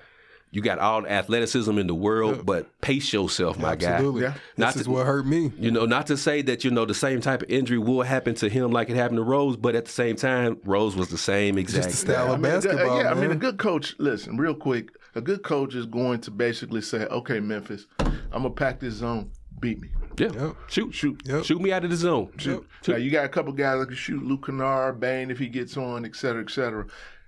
You got all the athleticism in the world, but pace yourself, my Absolutely. guy. Yeah. Not This is to- what hurt me. You know, not to say that you know the same type of injury will happen to him like it happened to Rose, but at the same time, Rose was the same exact. Just the style of I mean, a good- basketball, yeah, I mean, a man. good coach. Listen, real quick, a good coach is going to basically say, "Okay, Memphis, I'm gonna pack this zone, beat me." Yeah, Yep. shoot, shoot, Yep. shoot me out of the zone. Now you got a couple guys that can shoot Luke Kennard, Bain if he gets on, et cetera, et cetera.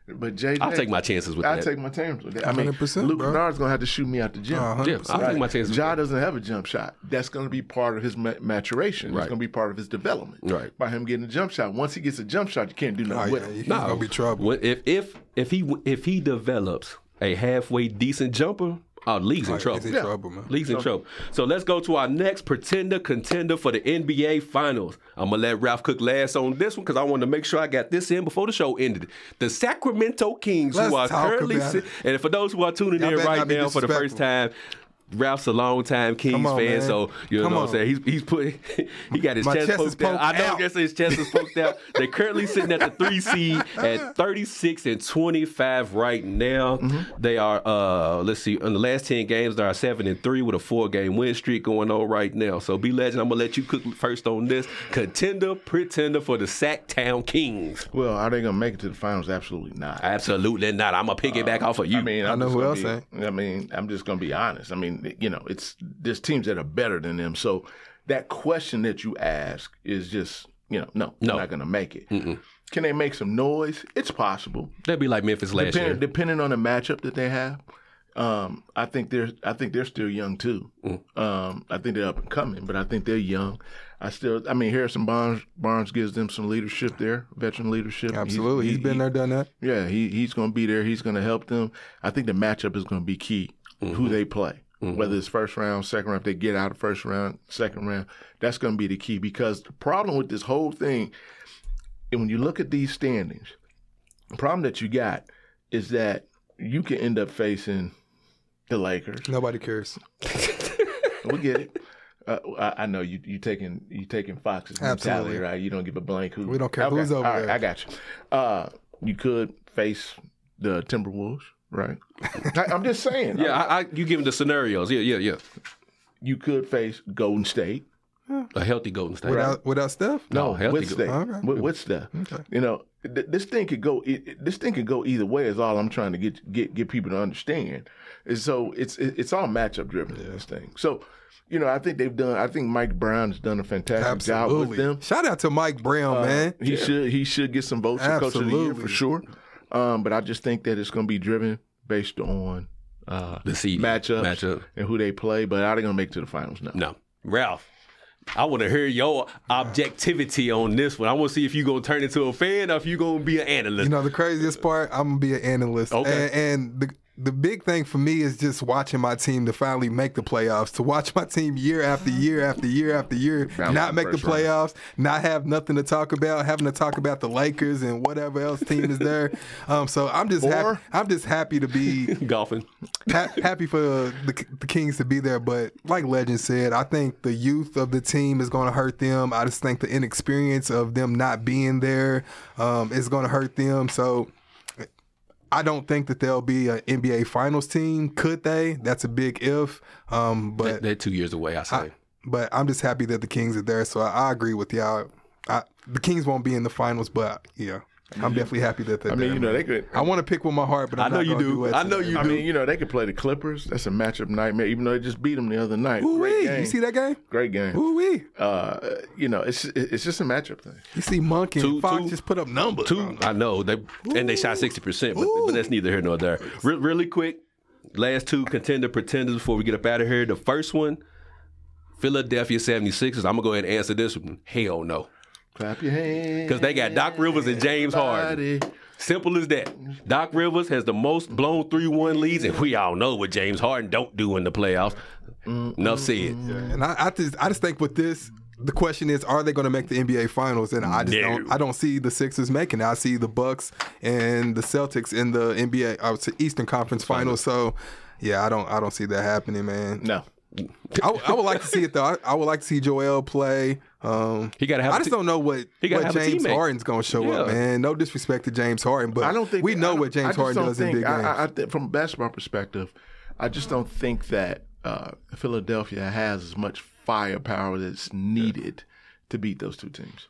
But JJ, I'll take my chances with I that. take my chances with that. I mean, 100%, Luke bro. Kennard's gonna have to shoot me out the gym. Uh, yeah, I'll take my chances. with Ja that. doesn't have a jump shot. That's going to be part of his ma- maturation. It's Right. going to be part of his development. Right. By him getting a jump shot. Once he gets a jump shot, you can't do Oh, nothing with yeah, it. he's gonna be trouble. When- if if if he if he develops a halfway decent jumper, oh, league's in Like, trouble. he's in trouble, man. League's in trouble. So let's go to our next pretender contender for the NBA Finals. I'm gonna let Ralph Cook last on this one because I wanted to make sure I got this in before the show ended. The Sacramento Kings, Let's who are talk currently, about si- it. and for those who are tuning Y'all in better right not be now for the first time. Ralph's a longtime Kings Come on, fan, man. so you Come know what I'm on. saying. He's he's put he got his My chest, chest is poked out. poked I know out. that's his chest is poked out. They're currently sitting at the three seed at 36 and 25 right now. They are uh let's see, in the last 10 games, they are seven and three with a four game win streak going on right now. So be legend, I'm gonna let you cook first on this. Contender, pretender for the Sac Town Kings. Well, are they going to make it to the finals? Absolutely not. Absolutely not. I'm gonna piggyback off of you. I mean, I I'm know just who gonna else be- I mean, I'm just going to be honest. I mean, you know, it's there's teams that are better than them. So that question that you ask is just, you know, no, No. they're not going to make it. Can they make some noise? It's possible. that'd be like Memphis last Depend- year. depending on the matchup that they have, um, I think they're I think they're still young too. Um, I think they're up and coming, but I think they're young. I still, I mean, Harrison Barnes Barnes gives them some leadership there, veteran leadership. He's- Absolutely, he's he- been he- there, done that. yeah, he he's going to be there. He's going to help them. I think the matchup is going to be key. Who they play, whether it's first round, second round, if they get out of first round, second round, that's going to be the key. Because the problem with this whole thing, and when you look at these standings, the problem that you got is that you can end up facing the Lakers. Nobody cares. We get it. Uh, I, I know you you taking you taking Fox's mentality, Absolutely. right? You don't give a blank who. We don't care who's over all right, there. I got you. Uh, you could face the Timberwolves, right? I, am just saying. yeah, I, I, you give him the scenarios. Yeah, yeah, yeah. you could face Golden State. A healthy Golden State. Without without Steph, No, healthy with Go- State. Okay. With, with Steph. Okay. You know, th- this thing could go. It, it- this thing could go either way. Is all I'm trying to get get get people to understand. And so it's it, it's all matchup driven. This thing. So. You know, I think they've done. I think Mike Brown's done a fantastic job with absolutely. them. Uh, Shout out to Mike Brown, man. He should he should get some votes for coach of the year Absolutely. for sure. Um, but I just think that it's going to be driven based on uh, The seed matchups Matchup. and who they play. But are they going to make it to the finals? No. No. Ralph, I want to hear your objectivity on this one. I want to see if you're going to turn into a fan or if you're going to be an analyst. You know the uh, craziest part, I'm gonna be an analyst. Okay. And, and the the big thing for me is just watching my team to finally make the playoffs. To watch my team year after year after year after year Bounce not the make the first round. playoffs, not have nothing to talk about, having to talk about the Lakers and whatever else team is there. Um, so I'm just happy. Or- I'm just happy to be Golfing. ha- happy for the, the Kings to be there, but like Legend said, I think the youth of the team is going to hurt them. I just think the inexperience of them not being there um, is going to hurt them. So I don't think that they'll be an NBA Finals team. Could they? That's a big if. Um, but They're two years away, I say. but I'm just happy that the Kings are there. So I, I agree with y'all. I, the Kings won't be in the finals, but yeah, I'm definitely happy that they're I mean, there. you know, they could. I want to pick with my heart, but I'm I know not you gonna do. it I know today. you I do. mean, you know, they could play the Clippers. That's a matchup nightmare. Even though they just beat them the other night. Ooh Great wee! game. You see that game? Great game. Ooh wee! Uh, you know, it's it's just a matchup thing. You see Monk and Two- Fox two- just put up numbers. Two, I know. They and they shot sixty percent, but, but that's neither here nor there. Re- really quick, last two contender pretenders before we get up out of here. The first one, Philadelphia 76ers. I'm gonna go ahead and answer this one. Hell no. Clap your hands. Because they got Doc Rivers and James Harden. everybody. Simple as that. Doc Rivers has the most blown 3 1 leads, and we all know what James Harden don't do in the playoffs. Enough said. And I, I just I just think with this, the question is, are they going to make the NBA Finals? And I just No. don't I don't see the Sixers making it. I see the Bucks and the Celtics in the NBA I would say uh, Eastern Conference Finals. So. Yeah, I don't, I don't see that happening, man. No. I, I would like to see it though. I, I would like to see Joel play. Um, He gotta have I a te- just don't know what, he gotta what have a James teammate. Harden's gonna show up, Yeah. man. No disrespect to James Harden, but I don't think we I know don't- what I James just Harden don't does think, in big I- games. I, I think from a basketball perspective, I just don't think that uh, Philadelphia has as much firepower that's needed to beat those two teams.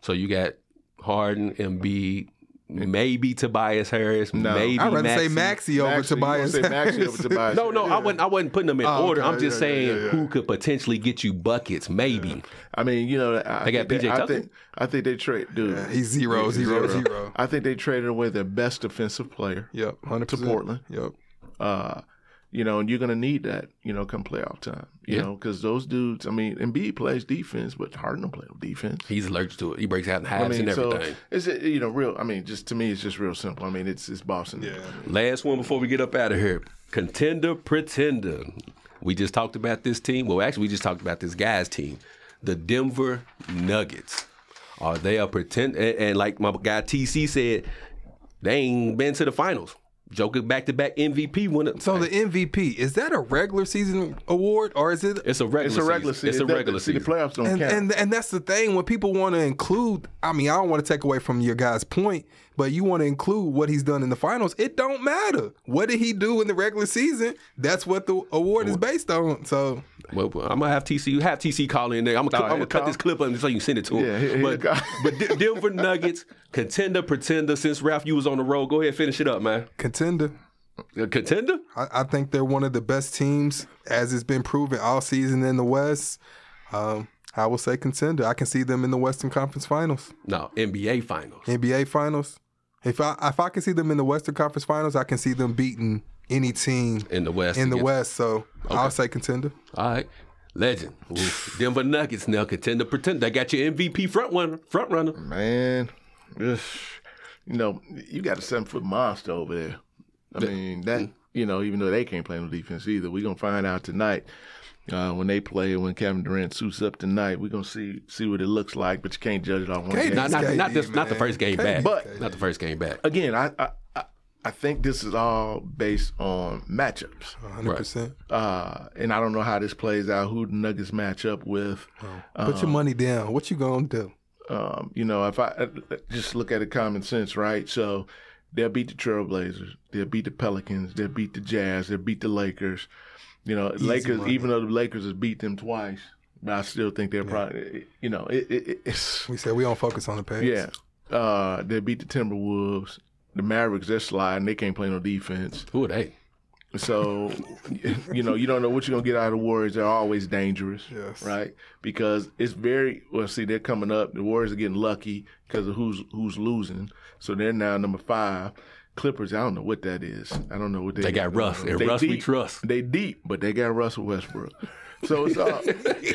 So you got Harden, Embiid, maybe Tobias Harris, No. maybe I'd rather Maxey. say Maxie over Maxey, you wanna Tobias. say Maxey over Harris. Tobias. No, no, I wasn't. I wasn't putting them in Oh, order. okay. I'm just Yeah, saying yeah, yeah, who could potentially get you buckets, maybe. I mean, you know, I, They got think PJ I Tucker? think I think they trade dude. Yeah, he's zero, zero, zero. I think they traded away their best defensive player. Yep, hundred To percent. Portland. Yep. Uh, you know, and you're gonna need that. You know, come playoff time. You Yeah. know, because those dudes. I mean, Embiid plays defense, but Harden don't play defense. He's allergic to it. He breaks out in halves I mean, and so everything. it's uh, you know real. I mean, just to me, it's just real simple. I mean, it's it's Boston. Yeah. Last one before we get up out of here. Contender, pretender. We just talked about this team. Well, actually, we just talked about this guy's team. The Denver Nuggets. Are they a pretend? And, and like my guy TC said, they ain't been to the finals. Joker back to back MVP winner. So the MVP is that a regular season award or is it? it's a regular. It's a regular season. It's a That- regular see, season. The playoffs don't And, count. and and that's the thing when people want to include. I mean, I don't want to take away from your guy's point, but you want to include what he's done in the finals. It don't matter what did he do in the regular season. That's what the award is based on. So Well, well, I'm gonna have TC. You have TC call in there. I'm gonna, Oh, I'm gonna he'll cut call? this clip up so you can send it to him. Yeah, he- he'll but call. but De- Denver Nuggets contender, pretender. Since Ralph, you was on the road. Go ahead, finish it up, man. contender. A contender. I, I think they're one of the best teams as it's been proven all season in the West. Um, I will say contender. I can see them in the Western Conference Finals. No, NBA Finals. NBA Finals. If I if I can see them in the Western Conference Finals, I can see them beating any team In the West. in the against- West. So I'll say contender. All right. Legend. Denver Nuggets now contender, pretender. They got your MVP front runner. Front runner. Man, ugh. you know, you got a seven foot monster over there. I mean, that, you know, even though they can't play no defense either, we're going to find out tonight uh, when they play, when Kevin Durant suits up tonight. We're going to see see what it looks like, but you can't judge it on one Can't game. Not not, KD, not this not the man. first game back. But- not the first game back. Again, I, I, I, I think this is all based on matchups. 100%. Uh, and I don't know how this plays out, who the Nuggets match up with. Put your money down. What you going to do? Um, you know, if I uh, just look at it common sense, right? So they'll beat the Trailblazers, they'll beat the Pelicans, they'll beat the Jazz, they'll beat the Lakers. You know, Lakers, money. even though the Lakers has beat them twice, but I still think they're probably, you know, it, it, it- it's, We said we don't focus on the past. yeah. Uh, they'll beat the Timberwolves. The Mavericks, they're sliding. They can't play no defense. Who are they? So, you know, you don't know what you're going to get out of the Warriors. They're always dangerous. Yes. Right? Because it's very, well, see, they're coming up. The Warriors are getting lucky because of who's who's losing. So they're now number five. Clippers, I don't know what that is. I don't know what they They got Russ. And Russ we deep. trust. They deep, but they got Russell Westbrook. So it's all.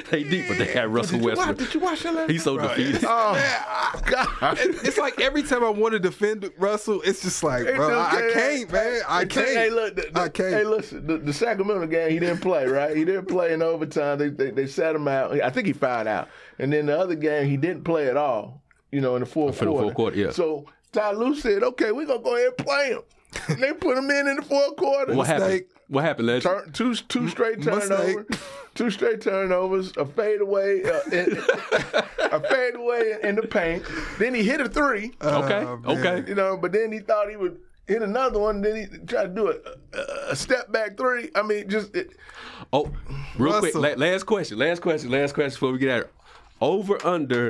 they deep, but they got Russell Why, Westbrook. did you watch that last He's so defeated. Oh, God. It's like every time I want to defend Russell, it's just like, It's bro, I, I okay. can't, man. I Hey, can't. Hey, look, the, the- I can't. Hey, listen, the, the Sacramento game, he didn't play, right? He didn't play in overtime. They, they they sat him out. I think he fouled out. And then the other game, he didn't play at all. You know, in the fourth For the quarter. fourth quarter, yeah. So Ty Lue said, "Okay, we're gonna go ahead and play him." And they put him in in the fourth quarter. What happened? mistake. What happened, Legend? Turn, two two straight Mistake. turnovers, two straight turnovers, a fadeaway, uh, and- a fadeaway in the paint. Then he hit a three. okay. man. okay. You know, but then he thought he would hit another one. Then he tried to do a, a, a step back three. I mean, just it, Oh, real quick. Russell. La- last question. Last question. Last question before we get out. of here. Over under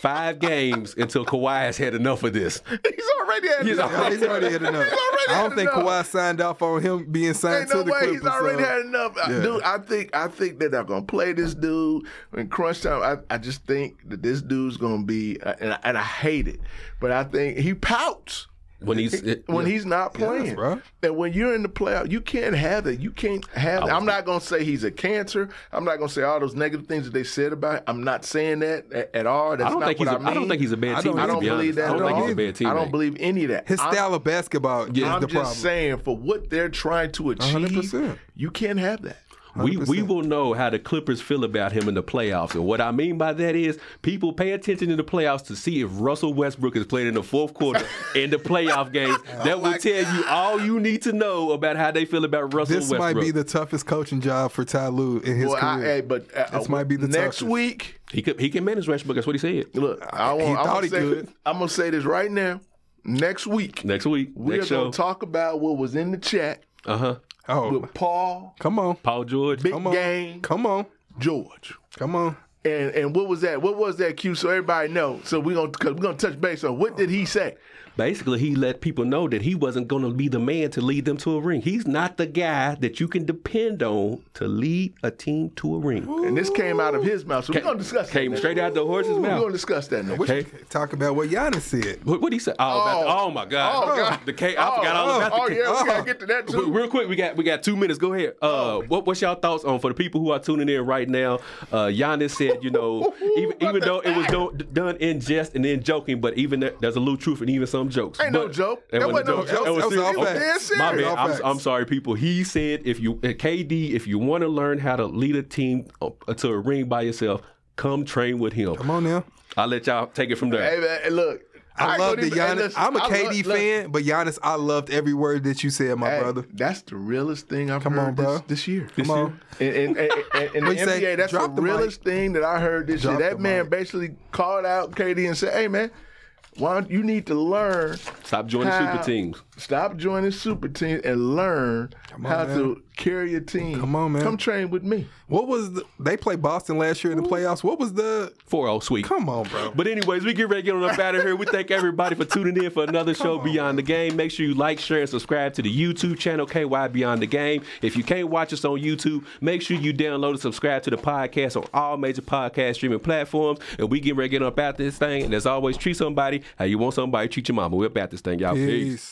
five games until Kawhi has had enough of this. he's already had He's enough. Yeah, he's already had enough. already I don't had think enough. Kawhi signed off on him being signed Ain't no to the way Clippers. he's already so- had enough, I- dude. I think I think they're not gonna play this dude in crunch time. I, I just think that this dude's gonna be, uh, and I, and I hate it, but I think he pouts. When he's it- when he's not playing. bro. And when you're in the playoff, you can't have that. You can't have that. was- I'm not going to say he's a cancer. I'm not going to say all those negative things that they said about him. I'm not saying that a- at all. That's I don't not think what he's. a I mean. don't think he's a bad I don't- teammate. I to don't be believe honest. I that at don't think all. he's a bad teammate. I don't believe any of that. His I'm- style of basketball is I'm the just problem. saying, for what they're trying to achieve, 100%. you can't have that. We we will know how the Clippers feel about him in the playoffs. And what I mean by that is people pay attention in the playoffs to see if Russell Westbrook is playing in the fourth quarter in the playoff games. Oh That will tell you all you need to know about how they feel about Russell This Westbrook. might be the toughest coaching job for Ty Lue in his Well, I, career. hey, but uh, This might be the next toughest. week. he could he can manage Westbrook, that's what he said. Look, I want, I'm, thought gonna he say, could. I'm gonna say this right now. Next week, Next week. we next are show. gonna talk about what was in the chat uh huh. oh, with Paul come on, Paul George. Big come on, Game come on, George. come on. And and what was that? What was that cue? So everybody know. So we gonna cause we gonna touch base on what did he say? Basically, he let people know that he wasn't going to be the man to lead them to a ring. He's not the guy that you can depend on to lead a team to a ring. And this came out of his mouth. So Ca- we're gonna discuss. that Came next straight out the horse's We're gonna mouth. discuss that next. We should Hey. talk about what Giannis said. What what he say? Oh, about the- oh my God! Oh, God. The K, I forgot all oh, about the Oh, K. yeah, we gotta get to that Re- too. Real quick, we got we got two minutes. Go ahead. Oh, Uh, what what's y'all thoughts on for the people who are tuning in right now? Uh, Giannis said, you know, even, even though it was do, done in jest and then joking, but even there, there's a little truth in even some jokes. Ain't no But- joke. That That wasn't no wasn't no joke. joke. That was That was serious. all Okay. facts. My That was bad. all I'm, facts. I'm sorry, people. He said, if you uh, KD, if you want to learn how to lead a team uh, to a ring by yourself, come train with him. Come on now. I'll let y'all take it from there. Hey man, hey, look. I, ain't love gonna that even- hey, Giannis. listen, I'm a I love- KD look, fan, but Giannis, I loved every word that you said, my hey, brother. That's the realest thing I've Come heard on, this, bro. this year. Come on. And, and, and, and, and the We say, NBA, that's drop the the mic. realest thing that I heard this Drop year. the That man mic. basically called out KD and said, "Hey man, why don't you need to learn? Stop joining how- super teams. Stop joining super teams and learn on, how man. to carry a team. Come on, man. Come train with me. What was the, they played Boston last year in the playoffs? What was the? 4-0 sweep. Come on, bro. But anyways, we get ready to get on up out of here. We thank everybody for tuning in for another show, Beyond the Game. Make sure you like, share, and subscribe to the YouTube channel, KY Beyond the Game. If you can't watch us on YouTube, make sure you download and subscribe to the podcast on all major podcast streaming platforms. And we get ready to get up out this thing. And as always, treat somebody how you want somebody to treat your mama. We're about this thing, y'all. Peace. Peace.